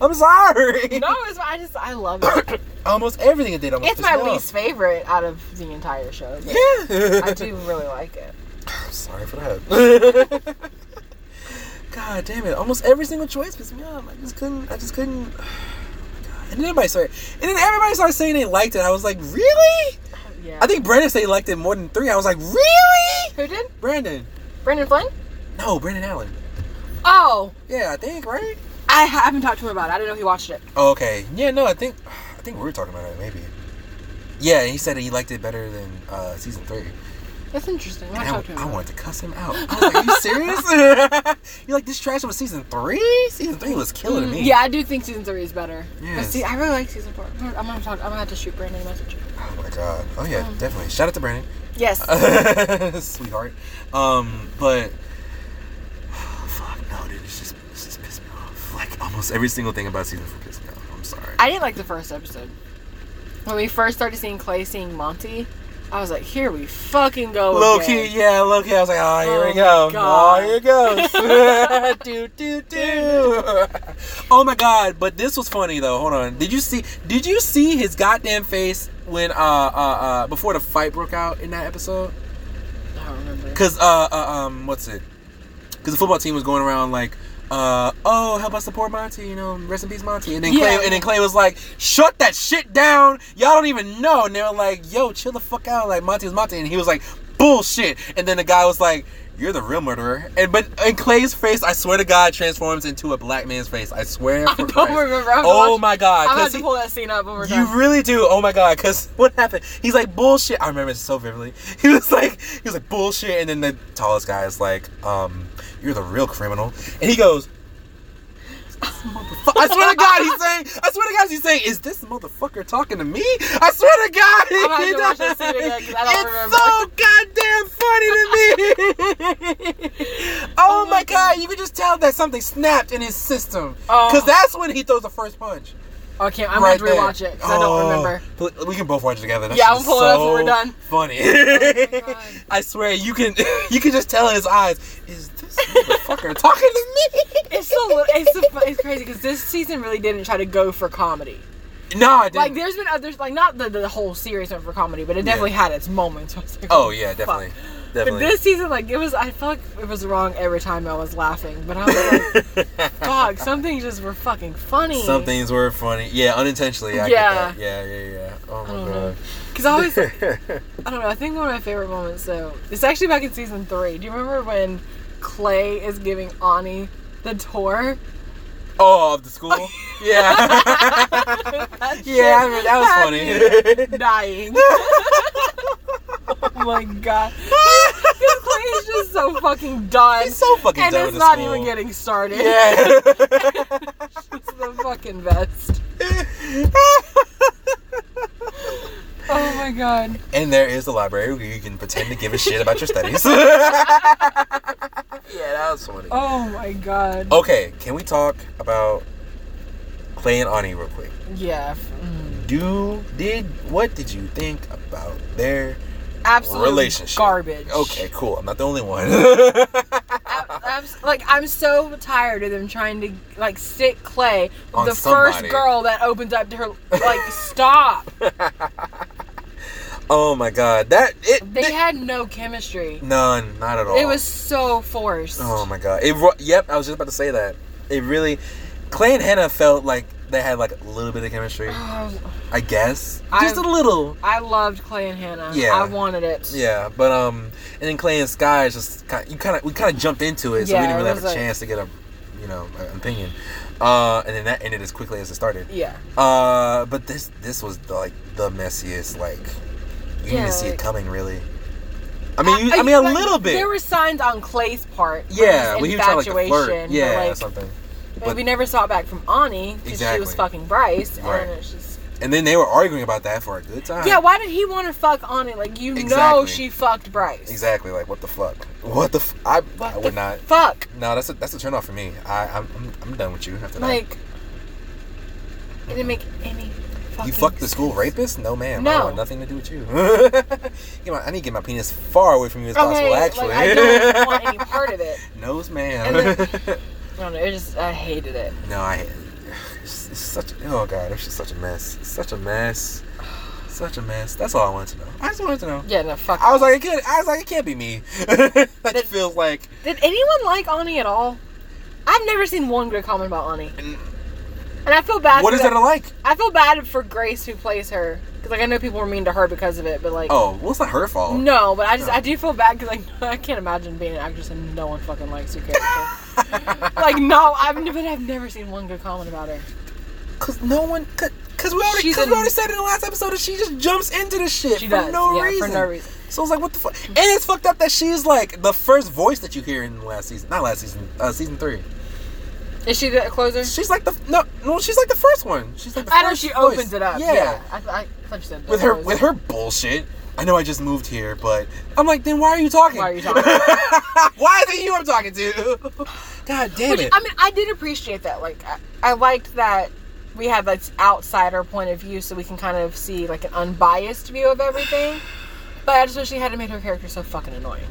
S2: I'm sorry.
S1: No, it's, I just I love it.
S2: Almost everything it did. Almost
S1: It's
S2: pissed
S1: my
S2: me off.
S1: least favorite out of the entire show. but
S2: Yeah.
S1: I do really like it.
S2: I'm sorry for that. God damn it! Almost every single choice pissed me off. I just couldn't. I just couldn't. Oh my God. And then everybody started. And then everybody started saying they liked it. I was like, really?
S1: Yeah.
S2: I think Brandon said he liked it more than three. I was like, really?
S1: Who did?
S2: Brandon?
S1: Brendan Flynn?
S2: No, Brandon Allen.
S1: Oh,
S2: Yeah, I think right.
S1: I haven't talked to him about it. I didn't know he watched it.
S2: Oh, okay. Yeah, no, I think. I think we were talking about it maybe. Yeah, he said he liked it better than uh, season three.
S1: That's interesting. I,
S2: And
S1: talked to
S2: I,
S1: him
S2: I
S1: about
S2: wanted to cuss him out. I was like, "You serious? you like this trash was season three? Season three was
S1: it.
S2: killing
S1: Mm,
S2: me."
S1: Yeah, I do think season three is better. But
S2: Yes.
S1: see, I really like season four. I'm gonna- I'm gonna talk. I'm gonna have to shoot Brandon a message.
S2: Oh my god. Oh yeah,
S1: Mm.
S2: definitely. Shout out to
S1: Yes.
S2: Uh, Brandon, sweetheart. Um, but fuck no, dude. It's just it's just pissed me off. Like almost every single thing about season four pissed me off. I'm sorry.
S1: I didn't like the first episode. When we first started seeing Clay seeing Monty, I was like, here we fucking go.
S2: Low
S1: again.
S2: key, yeah, low key. I was like, oh, here
S1: Oh
S2: we
S1: my
S2: go.
S1: God.
S2: Oh, here it goes. do, do, do. Oh my God! But this was funny though. Hold on. Did you see? Did you see his goddamn face when uh uh uh before the fight broke out in that episode?
S1: I don't remember.
S2: Cause uh, uh um what's it? Cause the football team was going around like uh oh help us support Monty you know rest in peace Monty and then
S1: Yeah.
S2: Clay and then Clay was like shut that shit down y'all don't even know and they were like yo chill the fuck out like Monty is Monty and he was like bullshit and then the guy was like you're the real murderer and but and Clay's face I swear to God transforms into a black man's face I swear
S1: I
S2: for
S1: don't
S2: Christ.
S1: remember. I'm gonna
S2: oh
S1: watch-
S2: my God
S1: I'm gonna
S2: 'cause
S1: have to
S2: he-
S1: pull that scene up when we're
S2: you
S1: done.
S2: really do. Oh my god, cause what happened? He's like bullshit. I remember it so vividly. He was like, he was like bullshit, and then the tallest guy is like, um, you're the real criminal, and he goes. I swear to God, he's saying. I swear to God, he's saying, "Is this motherfucker talking to me?" I swear to God,
S1: I'm gonna have
S2: he
S1: to watch that
S2: does.
S1: scene again 'cause I don't remember.
S2: it's so goddamn funny to me. oh,
S1: my
S2: my God, you could just tell that something snapped in his system,
S1: Oh.
S2: because that's when he throws the first punch.
S1: Okay, I'm
S2: Right
S1: gonna have to rewatch
S2: there.
S1: it because I don't
S2: Oh,
S1: remember.
S2: pl- We can both watch it together. That
S1: Yeah,
S2: shit
S1: I'm
S2: is
S1: pulling it up when we're
S2: so
S1: done. Oh
S2: Funny.
S1: my God.
S2: I swear you can you can just tell in his eyes, is this motherfucker talking to me?
S1: It's so li- it's so, fu- it's crazy because this season really didn't try to go for comedy.
S2: No, I didn't.
S1: Like there's been others like not the, the whole series went for comedy, but it definitely had its moments. I was like,
S2: oh yeah, definitely.
S1: But
S2: Definitely.
S1: this season, like it was, I felt like it was wrong every time I was laughing. But I was like, "Dog, some things just were fucking funny."
S2: Some things were funny. Yeah, unintentionally. I
S1: Yeah. Mm-hmm.
S2: yeah. Get that. Yeah, yeah, yeah. Oh my
S1: don't know.
S2: god.
S1: Because I always, I don't know. I think one of my favorite moments though it's actually back in season three. Do you remember when Clay is giving Ani the tour?
S2: oh, of the school? Yeah. yeah, I mean, that was funny.
S1: dying. oh my god. This Clay is just so fucking done.
S2: He's so fucking
S1: and
S2: done
S1: it's
S2: with the
S1: not
S2: school.
S1: even getting started.
S2: Yeah.
S1: It's the fucking best. Oh my god.
S2: and there is the library where you can pretend to give a shit about your studies. yeah, that was funny.
S1: Oh my god.
S2: Okay, can we talk about Clay and Ani real quick?
S1: Yeah. mm.
S2: Do did what did you think about their
S1: Absolute
S2: relationship?
S1: garbage.
S2: Okay, cool. I'm not the only one.
S1: Ab- abs- like I'm so tired of them trying to like sit Clay with
S2: On
S1: the
S2: somebody.
S1: first girl that opens up to her. Like stop.
S2: oh my god, that it
S1: They
S2: thi-
S1: had no chemistry.
S2: none, not at all.
S1: It was so forced.
S2: Oh my god! It ru- yep, I was just about to say that. It really, Clay and Hannah felt like they had like a little bit of chemistry,
S1: Oh,
S2: I guess,
S1: I-
S2: just a little.
S1: I loved Clay and Hannah.
S2: Yeah.
S1: I wanted it.
S2: Yeah, but um, and then Clay and Sky is just kind you kind of we kind of jumped into it, so
S1: Yeah,
S2: we didn't
S1: it
S2: really have
S1: was
S2: a
S1: like-
S2: chance to get a, you know, an opinion. Uh, and then that ended as quickly as it started.
S1: Yeah.
S2: Uh, but this this was like the messiest. Like you
S1: Yeah,
S2: didn't see
S1: like-
S2: it coming, really. I mean, you, I, mean a
S1: like,
S2: little bit.
S1: There were signs on Clay's part. for
S2: yeah,
S1: his
S2: when he was trying like to flirt.
S1: infatuation, but,
S2: Yeah, or
S1: like,
S2: something.
S1: but
S2: but-
S1: we never saw it back from Ani because she was
S2: Exactly.
S1: fucking Bryce,
S2: Right.
S1: and it's just
S2: And then they were arguing about that for a good time.
S1: yeah. Why did he want to fuck Ani? Like you know
S2: Exactly.
S1: she fucked Bryce.
S2: Exactly. Like what the fuck? What the? F- I
S1: What
S2: I
S1: the
S2: would not.
S1: fuck?
S2: No, that's a that's a turnoff for me. I I'm I'm, I'm done with you after that.
S1: Like it didn't make any. Fucking
S2: You fucked the school rapist? No, ma'am. I
S1: No.
S2: want nothing to do with you. Get my- I need to get my penis far away from you as
S1: Okay,
S2: possible. Actually,
S1: like, I don't want any part of it.
S2: Nose,
S1: And
S2: ma'am.
S1: I don't know. It just I hated it.
S2: no, I. It's, it's such. Oh God, it's just such a mess. It's such a mess. Such a mess. That's all I wanted to know. I just wanted to know.
S1: Yeah, no fuck.
S2: I was
S1: that.
S2: like, it could. I was like, it can't be me. that
S1: But-
S2: feels like.
S1: did anyone like Ani at all? I've never seen one good comment about Ani, and I feel bad.
S2: What
S1: for
S2: is
S1: that-
S2: that like?
S1: I feel bad for Grace who plays her because like I know people were mean to her because of it, but like
S2: Oh, well, it's not her fault.
S1: no, but I just
S2: No.
S1: I do feel bad because like I can't imagine being an actress and no one fucking likes your character. like no, I've never I've never seen one good comment about her.
S2: Cause no one, cause, cause we already,
S1: She's
S2: cause
S1: a-
S2: we already said in the last episode that she just jumps into this shit
S1: She
S2: for
S1: does
S2: no
S1: yeah,
S2: reason.
S1: for no reason.
S2: So I was like, what the fuck? And it's fucked up that she is like the first voice that you hear in last season, not last season, uh, season three.
S1: Is she the closer?
S2: She's like the no, no, she's like the first one. She's like the
S1: I know
S2: first
S1: she
S2: voice.
S1: opens it up. Yeah, I, I, thought you said the
S2: with her
S1: closer.
S2: with her bullshit. I know I just moved here, but I'm like, then why are you talking?
S1: Why are you talking?
S2: why is it you I'm talking to? God damn
S1: Which
S2: it!
S1: I mean, I did appreciate that. Like I, I liked that we had that outsider point of view, so we can kind of see like an unbiased view of everything. But I just wish she hadn't made her character so fucking annoying.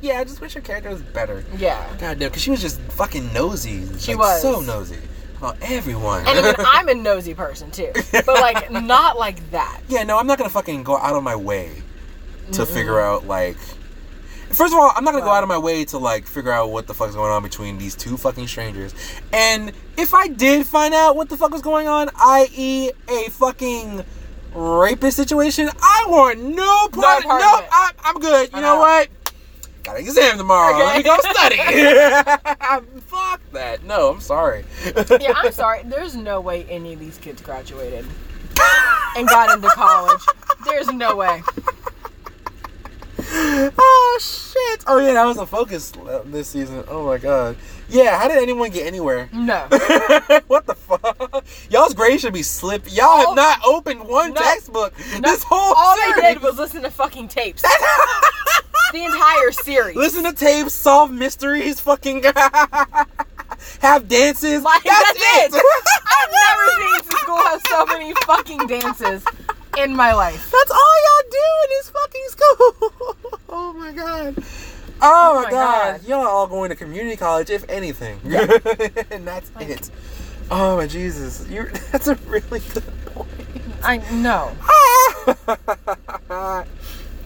S2: yeah, I just wish her character was better.
S1: Yeah.
S2: God damn, because she was just fucking nosy.
S1: She
S2: Like,
S1: was.
S2: so nosy about everyone.
S1: And I mean, I'm a nosy person too, but like not like that.
S2: yeah, no, I'm not gonna fucking go out of my way to figure out like. First of all, I'm not gonna go
S1: Right.
S2: out of my way to like figure out what the fuck's going on between these two fucking strangers. And if I did find out what the fuck was going on, i.e., a fucking rapist situation, I want no part.
S1: part of
S2: nope,
S1: it.
S2: I, I'm good. You
S1: I'm
S2: know
S1: out.
S2: what? Got an exam tomorrow. Let me go study. fuck that. No, I'm sorry.
S1: Yeah, I'm sorry. There's no way any of these kids graduated and got into college. There's no way.
S2: oh shit! Oh yeah, that was a focus l- this season. Oh my god. Yeah, how did anyone get anywhere?
S1: No.
S2: what the fuck? Y'all's grades should be slipped. Y'all
S1: All-
S2: have not opened one
S1: No.
S2: textbook
S1: No.
S2: this whole
S1: All
S2: series.
S1: they did was listen to fucking tapes. the entire series.
S2: listen to tapes, solve mysteries, fucking have dances.
S1: Like,
S2: that's,
S1: that's
S2: it.
S1: it. I've never seen the school have so many fucking dances in my life.
S2: that's all y'all do in this fucking school. oh my god. Oh, my
S1: my
S2: god.
S1: God.
S2: Y'all are all going to community college, if anything. and that's
S1: Like-
S2: it. Oh my Jesus. You're that's a really good point.
S1: I know.
S2: oh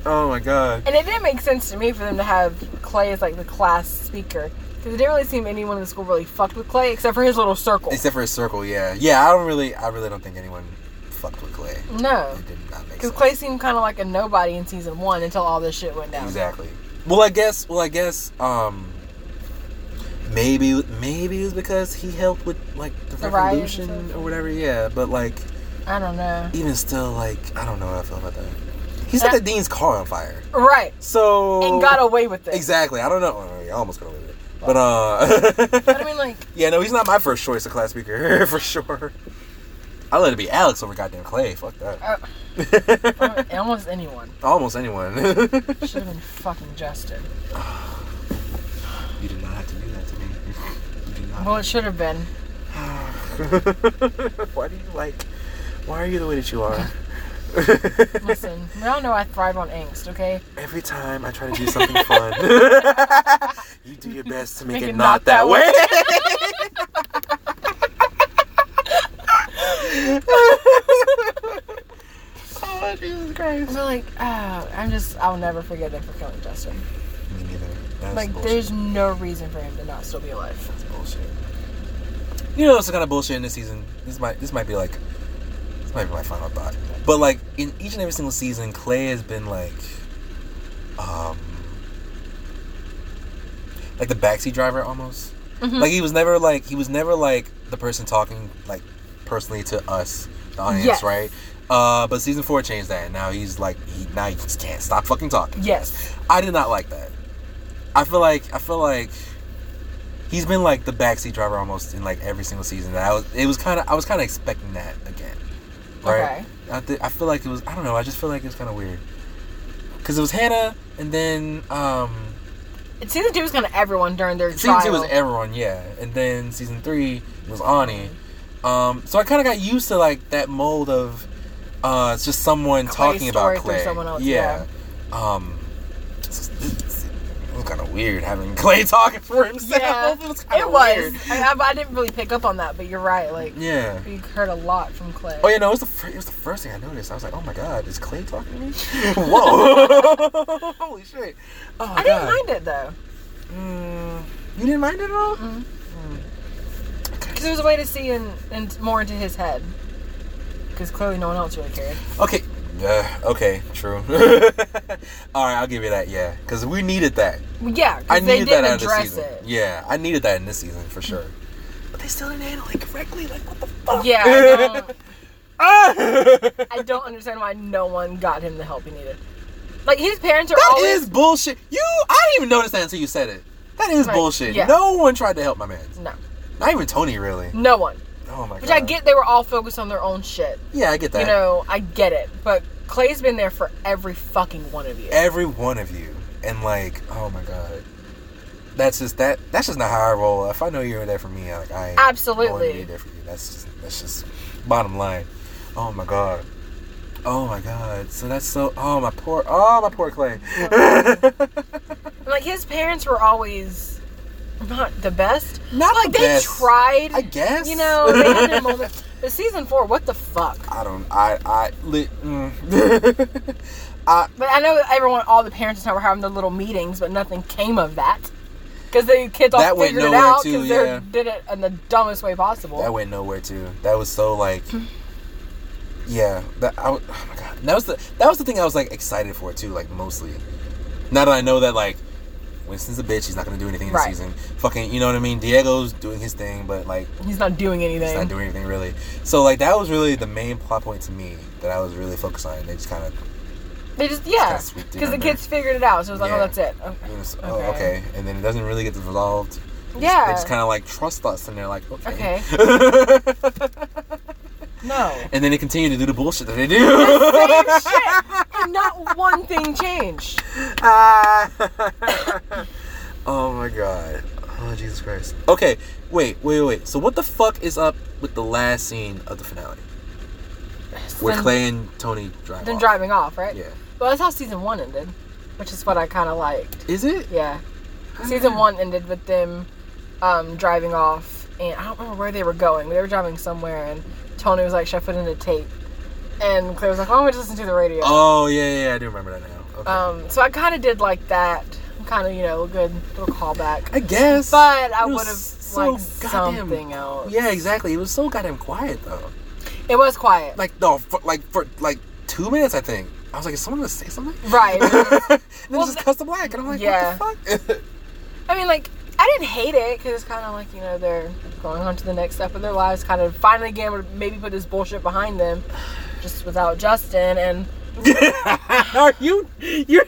S2: my god.
S1: And it didn't make sense to me for them to have Clay as like the class speaker. Because it didn't really seem anyone in the school really fucked with Clay except for his little circle.
S2: Except for a circle, yeah. Yeah, I don't really I really don't think anyone fucked with Clay.
S1: No.
S2: It did not make
S1: Because
S2: sense.
S1: Clay seemed kind of like a nobody in season one until all this shit went down.
S2: Exactly. Well, I guess. Well, I guess. Um, maybe, maybe it was because he helped with like the,
S1: The riots and
S2: revolution
S1: stuff.
S2: or whatever. Yeah, but like
S1: I don't know.
S2: even still, like I don't know how I feel about that. He set
S1: Yeah.
S2: the dean's car on fire,
S1: Right.
S2: so
S1: And got away with it.
S2: exactly. I don't know. Oh, I almost got away with it, but uh,
S1: But I mean, like,
S2: yeah, no, he's not my first choice of class speaker for sure. I let it be Alex over goddamn Clay. Fuck
S1: Uh,
S2: that.
S1: uh, almost anyone
S2: almost anyone.
S1: should have been fucking Justin.
S2: You did not have to do that to me. You did not.
S1: Well, it should have been.
S2: why do you like? Why are you the way that you are?
S1: Listen, we all know I thrive on angst, okay?
S2: Every time I try to do something fun, you do your best to make, it, not, that way. oh Jesus Christ!
S1: So, like, uh, I'm just, I'll never forgive them for killing Justin.
S2: Me neither. That's
S1: like,
S2: bullshit.
S1: there's no reason for him to not still be alive.
S2: bullshit. You know, it's the kind of bullshit in this season. This might this might be like this might be my final thought. But like in each and every single season, Clay has been like, um,
S1: Hmm.
S2: like Mm-hmm. the backseat driver almost. Like he was never like he was never like the person talking like personally to us, the audience,
S1: Yes.
S2: right? Uh, but season four changed that. Now he's like, he, now he just can't stop fucking talking.
S1: Yes.
S2: I did not like that. I feel like I feel like he's been like the backseat driver almost in like every single season. That I was it was kind of I was kind of expecting that again, right?
S1: Okay.
S2: I th- I feel like it was I don't know I just feel like it was kind of weird because it was Hannah and then um
S1: Season two is gonna everyone during their
S2: season two was
S1: trial.
S2: Everon, yeah, and then season three was Ani. Um, so I kind of got used to like that mold of uh, it's just someone
S1: Clay's
S2: talking about
S1: story through
S2: Clay.
S1: someone else,
S2: yeah. Um, it's- it's- it was kind of weird having Clay talking for himself.
S1: yeah,
S2: It was.
S1: it
S2: kinda
S1: was.
S2: weird.
S1: I, I, I didn't really pick up on that, but you're right. Like
S2: Yeah.
S1: we heard a lot from Clay.
S2: Oh yeah, no, it was the fir- it was the first thing I noticed. I was like, oh my god, is Clay talking to me? Whoa! Holy shit! Oh,
S1: I didn't mind it though,
S2: Mm, you didn't mind it at all?
S1: because it was a way to see in, in more into his head. Because clearly no one else really cared.
S2: Okay. Uh, okay. True. All right. I'll give you that. Yeah, because we needed that.
S1: Well, yeah,
S2: I
S1: because they
S2: needed
S1: didn't
S2: that out of this
S1: address
S2: season.
S1: it.
S2: Yeah, I needed that in this season for sure. But they still didn't handle it correctly. Like what the fuck?
S1: Yeah, I don't,
S2: Ah! that
S1: I don't understand why no one got him the help he needed. Like his parents are always
S2: is bullshit. You. I didn't even notice that until you said it. That is
S1: Right,
S2: bullshit.
S1: yeah.
S2: No one tried to help my man.
S1: no,
S2: Not even Tony, really.
S1: no one.
S2: Oh my god.
S1: Which I get they were all focused on their own shit.
S2: Yeah, I get that.
S1: You know, I get it. But Clay's been there for every fucking one of you.
S2: Every one of you, and like, oh my god. That's just that. That's just not how I roll. If I know you're there for me, like I ain't going to
S1: Absolutely.
S2: be there for you. That's just, that's just bottom line. Oh my god. Oh my god. So that's so. Oh my poor. Oh my poor Clay.
S1: And, Like his parents were always not the best.
S2: Not
S1: like
S2: the
S1: they
S2: best,
S1: tried.
S2: I guess.
S1: You know, they had their moments. But season four, what the fuck?
S2: I don't. I. I. Li, mm. I.
S1: But I know everyone, all the parents and stuff were having their little meetings, but nothing came of that. Because the kids all
S2: That went
S1: figured it
S2: nowhere,
S1: out
S2: too,
S1: because
S2: yeah.
S1: they did it in the dumbest way possible.
S2: That went nowhere too. That was so like,
S1: Hmm.
S2: yeah. That I, w- oh my god. That was the that was the thing I was like excited for too. Like mostly. Now that I know that like, Winston's a bitch. He's not gonna do anything this
S1: Right.
S2: season. Fucking, you know what I mean. Diego's doing his thing, but like
S1: He's not doing anything.
S2: he's not doing anything really. So like that was really the main plot point to me that I was really focused on. They just kind of
S1: they just, yeah.
S2: kinda swooped in
S1: Because the
S2: under.
S1: kids figured it out. So it was like,
S2: Yeah.
S1: oh, that's it. Okay.
S2: you know, so, oh,
S1: Okay.
S2: okay, and then it doesn't really get resolved. They just-
S1: Yeah.
S2: they just kind of like trust us, and they're like, okay.
S1: No.
S2: and then they continue to do the bullshit that they do.
S1: Same shit. And not one thing changed.
S2: Ah. Uh, oh my god. Oh Jesus Christ. Okay, wait, wait, wait. So what the fuck is up with the last scene of the finale? Where
S1: Then-
S2: Clay and Tony drive.
S1: Then
S2: off?
S1: driving off, right?
S2: Yeah.
S1: Well, that's how season one ended, which is what I kind of liked.
S2: Is it?
S1: Yeah. Season one ended with them um, driving off, and I don't remember where they were going. They were driving somewhere, and Tony was like, "Should I put in a tape?" And Claire was like, "Why don't we just listen to the radio?"
S2: Oh yeah, yeah, yeah, I do remember that now. Okay.
S1: Um, so I kind of did like that, kind of you know, a good little callback.
S2: I guess.
S1: But I
S2: It was
S1: would have
S2: so
S1: liked
S2: goddamn-
S1: something else.
S2: Yeah, exactly. It was so goddamn quiet though.
S1: It was quiet,
S2: Like no, for, like for like two minutes I think. I was like, is someone gonna say something?
S1: right?
S2: and then
S1: Well,
S2: it just
S1: th-
S2: cuts to black, and I'm like,
S1: Yeah.
S2: what the fuck?
S1: I mean, like, I didn't hate it because it's kind of like, you know, they're going on to the next step of their lives, kind of finally getting rid- maybe put this bullshit behind them, just without Justin. And
S2: Are you? You're.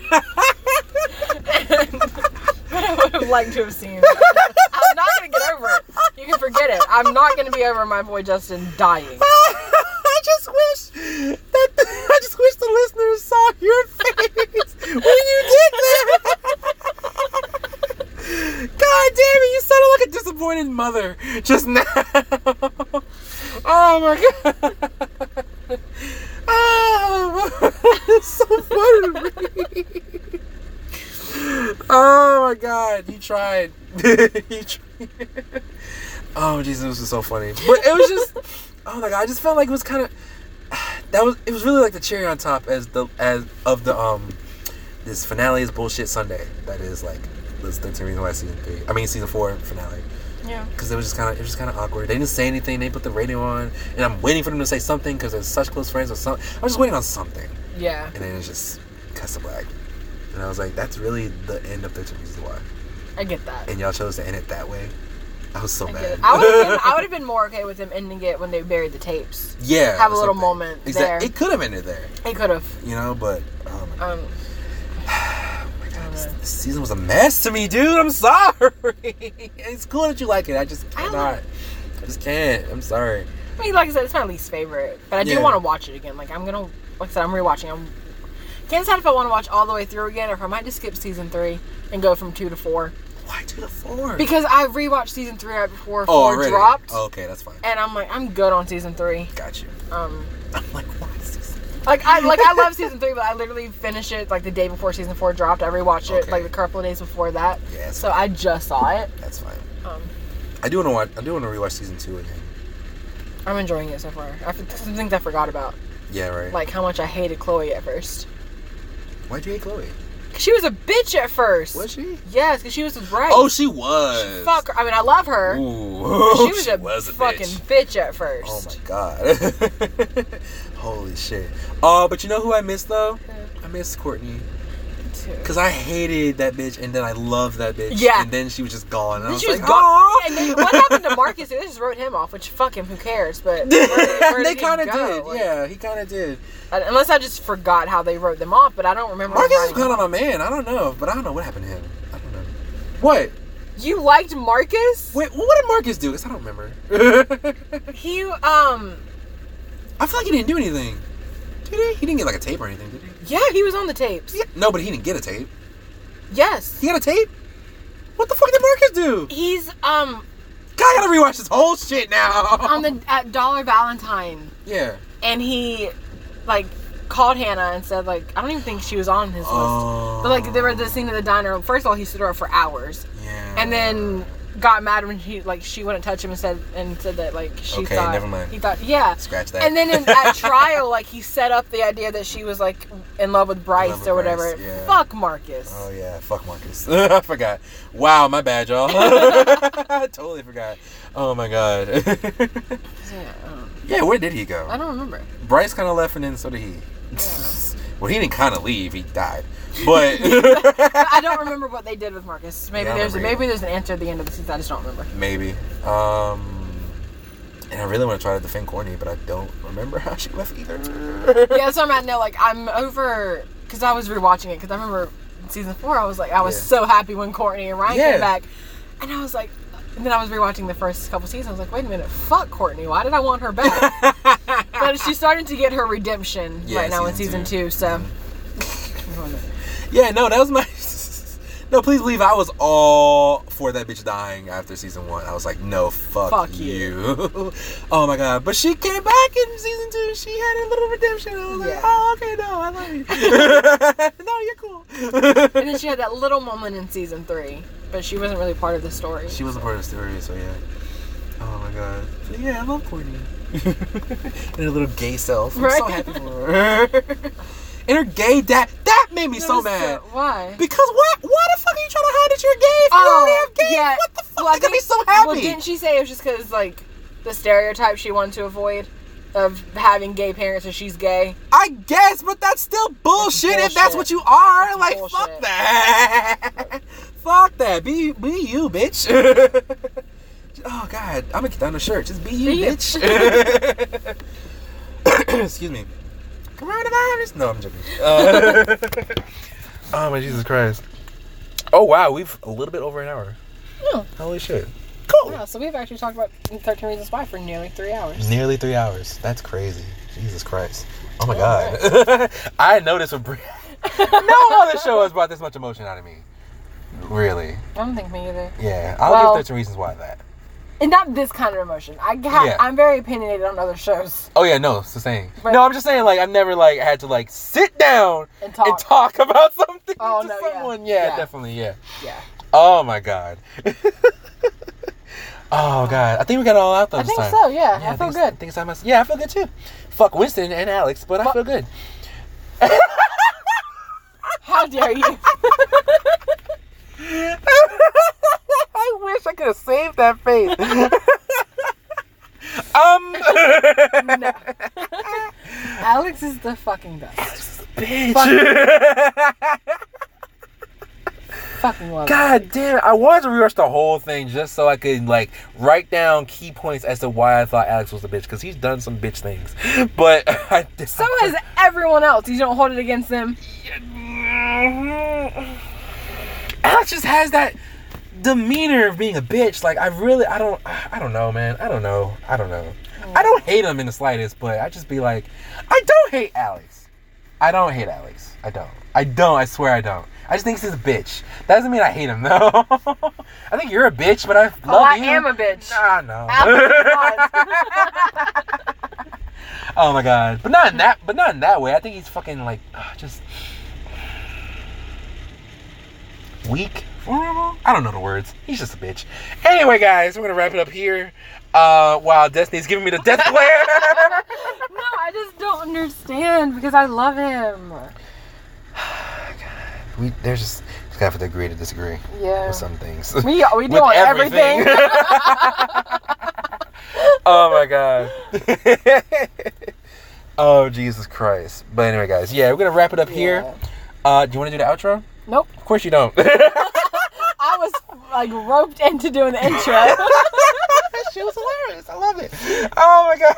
S1: I would have liked to have seen. it. I'm not gonna get over it. You can forget it. I'm not gonna be over my boy Justin dying.
S2: I just wish that I just wish the listeners saw your face when you did that. God damn it! You sounded like a disappointed mother just now. Oh my god. Oh, it's so funny to me. Oh my god, you tried. you tried. Oh Jesus, this was so funny. But it was just oh my god, I just felt like it was kind of that was it was really like the cherry on top as the as of the um this finale is bullshit Sunday. That is like that's the reason why season three. I mean season four finale
S1: Yeah.
S2: because it was just kind of it was just kind of awkward. They didn't say anything. They put the radio on, and I'm waiting for them to say something because they're such close friends or something. I was just waiting on something,
S1: Yeah.
S2: and then it's just cuts to black. And I was like, that's really the end of 13 Reasons Why.
S1: I get that.
S2: And y'all chose to end it that way. I was so
S1: I
S2: mad.
S1: get it. I would have been, I would have been more okay with them ending it when they buried the tapes.
S2: yeah,
S1: have a
S2: or
S1: little
S2: something.
S1: moment there.
S2: It could have ended there,
S1: They could have.
S2: you know. But oh my
S1: Um,
S2: god, this, this season was a mess to me, dude. I'm sorry. it's cool that you like it. I just
S1: I
S2: cannot.
S1: like-
S2: I just can't. I'm sorry.
S1: I mean, like I said, it's my least favorite, but I do
S2: Yeah.
S1: want to watch it again. Like I'm gonna, like I said, I'm rewatching. I'm can't decide if I want to watch all the way through again, or if I might just skip season three and go from two to four
S2: Why two to four?
S1: because I rewatched season three right before
S2: oh,
S1: four
S2: already.
S1: dropped,
S2: Oh, okay, that's fine.
S1: and I'm like, I'm good on season three.
S2: Got you.
S1: Um,
S2: I'm like, why is this?
S1: like I like I love season three, but I literally finished it like the day before season four dropped. I rewatched it
S2: Okay.
S1: like a couple of days before that,
S2: Yeah, that's,
S1: so I just saw it.
S2: that's fine.
S1: Um,
S2: I do want to watch. I do want to rewatch season two again.
S1: I'm enjoying it so far. I, f- some things I forgot about,
S2: Yeah, right.
S1: like how much I hated Chloe at first.
S2: Why'd you hate Chloe?
S1: 'Cause She was a bitch at first.
S2: Was she?
S1: Yes, because she was right.
S2: Oh, she was.
S1: fuck her. I mean, I love her.
S2: Ooh. oh,
S1: She was a fucking
S2: bitch.
S1: bitch. at first.
S2: Oh my god. Holy shit. Oh, but you know who I miss though? I miss Courtney. Oh Cause I hated that bitch, and then I loved that bitch.
S1: Yeah.
S2: And then she was just gone. And I
S1: Then
S2: was
S1: she was
S2: like,
S1: gone.
S2: "Aw."
S1: And then what happened to Marcus? They just wrote him off, which fuck him. Who cares? But where- where
S2: they
S1: he
S2: kind of
S1: go?
S2: did.
S1: Like,
S2: yeah, he kind of did.
S1: I- Unless I just forgot how they wrote them off, but I don't remember.
S2: Marcus is
S1: writing-
S2: kind of my man. I don't know, but I don't know what happened to him. I don't know. What?
S1: You liked Marcus?
S2: Wait, what did Marcus do? 'Cause I don't remember.
S1: He um
S2: I feel like he didn't do anything. Did he? He didn't get like a tape or anything, did he?
S1: yeah he was on the tapes.
S2: No, but he didn't get a tape.
S1: Yes.
S2: He got a tape? What the fuck did Marcus do?
S1: He's um
S2: God, I gotta rewatch this whole shit now.
S1: on the at Dollar Valentine
S2: yeah.
S1: and he like called Hannah and said like I don't even think she was on his list. But like there was this scene at the diner. First of all, he stood her for hours,
S2: Yeah.
S1: and then got mad when he like she wouldn't touch him and said and said that like she
S2: Okay,
S1: thought
S2: never mind.
S1: he thought yeah.
S2: scratch that.
S1: And then in, at trial, like he set up the idea that she was like in love with Bryce
S2: with
S1: or whatever.
S2: Bryce, yeah.
S1: Fuck Marcus.
S2: Oh yeah, fuck Marcus. I forgot. Wow, my bad, y'all. I totally forgot. Oh my god.
S1: Yeah, I, don't,
S2: yeah, where did he go?
S1: I don't remember.
S2: Bryce kind of left, and then so did he. well, he didn't kind of leave. He died. But
S1: I don't remember what they did with Marcus. Maybe
S2: Yeah, I
S1: there's
S2: remember
S1: maybe there's an answer at the end of the season. I just don't remember.
S2: maybe. Um, and I really want to try to defend Courtney, but I don't remember how she left either.
S1: yeah, so I'm at no like I'm over because I was rewatching it because I remember in season four I was like I was
S2: Yeah.
S1: so happy when Courtney and Ryan
S2: Yeah.
S1: came back, and I was like, and then I was rewatching the first couple seasons. I was like, wait a minute, fuck Courtney, why did I want her back? but she's starting to get her redemption
S2: Yeah,
S1: right now in
S2: season
S1: season
S2: two.
S1: two, so.
S2: Yeah, no, that was my. No, please leave. I was all for that bitch dying after season one. I was like, no, fuck,
S1: Fuck you.
S2: you. oh my god. But she came back in season two. She had a little redemption. I was like,
S1: Yeah.
S2: oh, okay, no, I love you. no, you're cool.
S1: And then she had that little moment in season three, but she wasn't really part of the story.
S2: she was a part of the story, so yeah. Oh my god. So yeah, I love Courtney. and her little gay self. I'm so
S1: Right.
S2: happy for her. and her gay dad. That made me
S1: That
S2: so
S1: was
S2: mad.
S1: why?
S2: Because what? Why the fuck are you trying to hide that you're gay if you already have gay? What the fuck?
S1: Oh, Well, I
S2: I could be
S1: think-
S2: so happy.
S1: Well, didn't she say it was just because like the stereotype she wanted to avoid of having gay parents, or she's gay?
S2: I guess, but that's still bullshit, if that's
S1: bullshit.
S2: what you are. like, fuck
S1: bullshit.
S2: that. fuck that. Be be you, bitch. oh god, I'm gonna get down the shirt. Just be you,
S1: Be you.
S2: bitch. Excuse me. Coronavirus? No, I'm joking. Uh, oh my Jesus Christ. Oh wow, we've a little bit over an hour.
S1: Oh.
S2: Holy shit. Cool.
S1: Wow, so we've actually talked about 13 Reasons Why for nearly three hours.
S2: Nearly three hours. That's crazy. Jesus Christ. Oh my God. I noticed a. Br- no other show has brought this much emotion out of me. Really?
S1: I don't think me either.
S2: Yeah. I'll
S1: Well-
S2: give 13 reasons why that.
S1: And not this kind of emotion. I ha-
S2: Yeah.
S1: I'm very opinionated on other shows.
S2: Oh yeah, no, it's the same.
S1: Right.
S2: No, I'm just saying like I've never like had to like sit down
S1: And talk.
S2: and talk about something
S1: Oh,
S2: to
S1: no, yeah.
S2: someone. Yeah.
S1: Yeah.
S2: definitely. Yeah.
S1: Yeah.
S2: Oh my God. oh God. I think we got it all out though
S1: I
S2: this
S1: think
S2: time.
S1: so, yeah. I feel
S2: think-
S1: good.
S2: think so myself. Yeah, I feel good too. Fuck Winston and Alex, but I feel good.
S1: How dare you?
S2: I wish I could have saved that face. um,
S1: No. Alex is the fucking best.
S2: bitch.
S1: fucking love
S2: God damn it! I wanted to rewatch the whole thing just so I could like write down key points as to why I thought Alex was a bitch because he's done some bitch things. But I just,
S1: it. So has everyone else. You don't hold it against them.
S2: Alex just has that demeanor of being a bitch. Like I really, I don't, I don't know, man. I don't know. I don't know. I don't hate him in the slightest, but I just be like, I don't hate Alex. I don't hate Alex. I don't. I don't. I swear I don't. I just think he's a bitch. That doesn't mean I hate him though. I think you're a bitch, but I love
S1: Oh, I
S2: you.
S1: am a bitch.
S2: Nah, no.
S1: Alex
S2: oh my god. But not in that. But not in that way. I think he's fucking like ah, just weak. vulnerable? I don't know the words. He's just a bitch. Anyway, guys, we're gonna wrap it up here. Uh, wow, Destiny's giving me the death glare.
S1: no, I just don't understand because I love him.
S2: we there's just just gotta have to agree to disagree
S1: Yeah.
S2: with some things.
S1: We we do
S2: With
S1: on everything.
S2: oh my god. oh Jesus Christ. But anyway, guys, yeah, we're gonna wrap it up here. Uh, do you want to do the outro?
S1: Nope.
S2: Of course you don't.
S1: I was like roped into doing the intro.
S2: she was hilarious. I love it. Oh my god.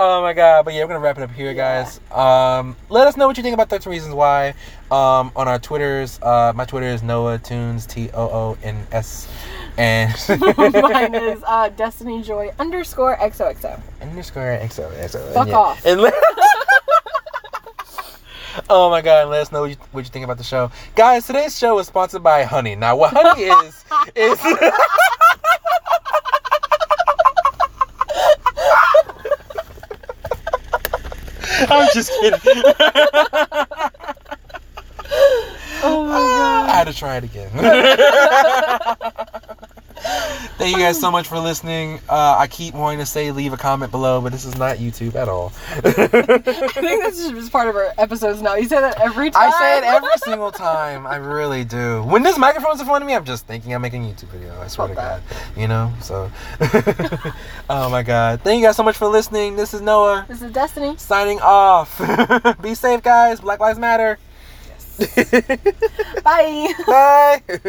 S2: Oh my god. But yeah, we're gonna wrap it up here, guys. Um, let us know what you think about 13 Reasons Why. Um, on our Twitters, uh, my Twitter is Noah Tunes T O O N S, and
S1: Mine is uh, Destiny Joy underscore XOXO.
S2: underscore XO XO.
S1: Fuck
S2: and yeah.
S1: off.
S2: And let- oh my god! Let us know what you, what you think about the show, guys. Today's show is sponsored by Honey. Now, what Honey is is. I'm just kidding.
S1: Oh my
S2: I had to try it again. Thank you guys so much for listening. Uh, I keep wanting to say leave a comment below, but this is not YouTube at all.
S1: god. I think that's just part of our episodes now. You say that every time.
S2: I say it every single time. I really do. When this microphone's in front of me, I'm just thinking I'm making a YouTube video. I swear to God.
S1: Fuck
S2: You know? So. oh my God. Thank you guys so much for listening. This is Noah
S1: This is Destiny.
S2: signing off. Be safe, guys. Black Lives Matter.
S1: Bye.
S2: Bye.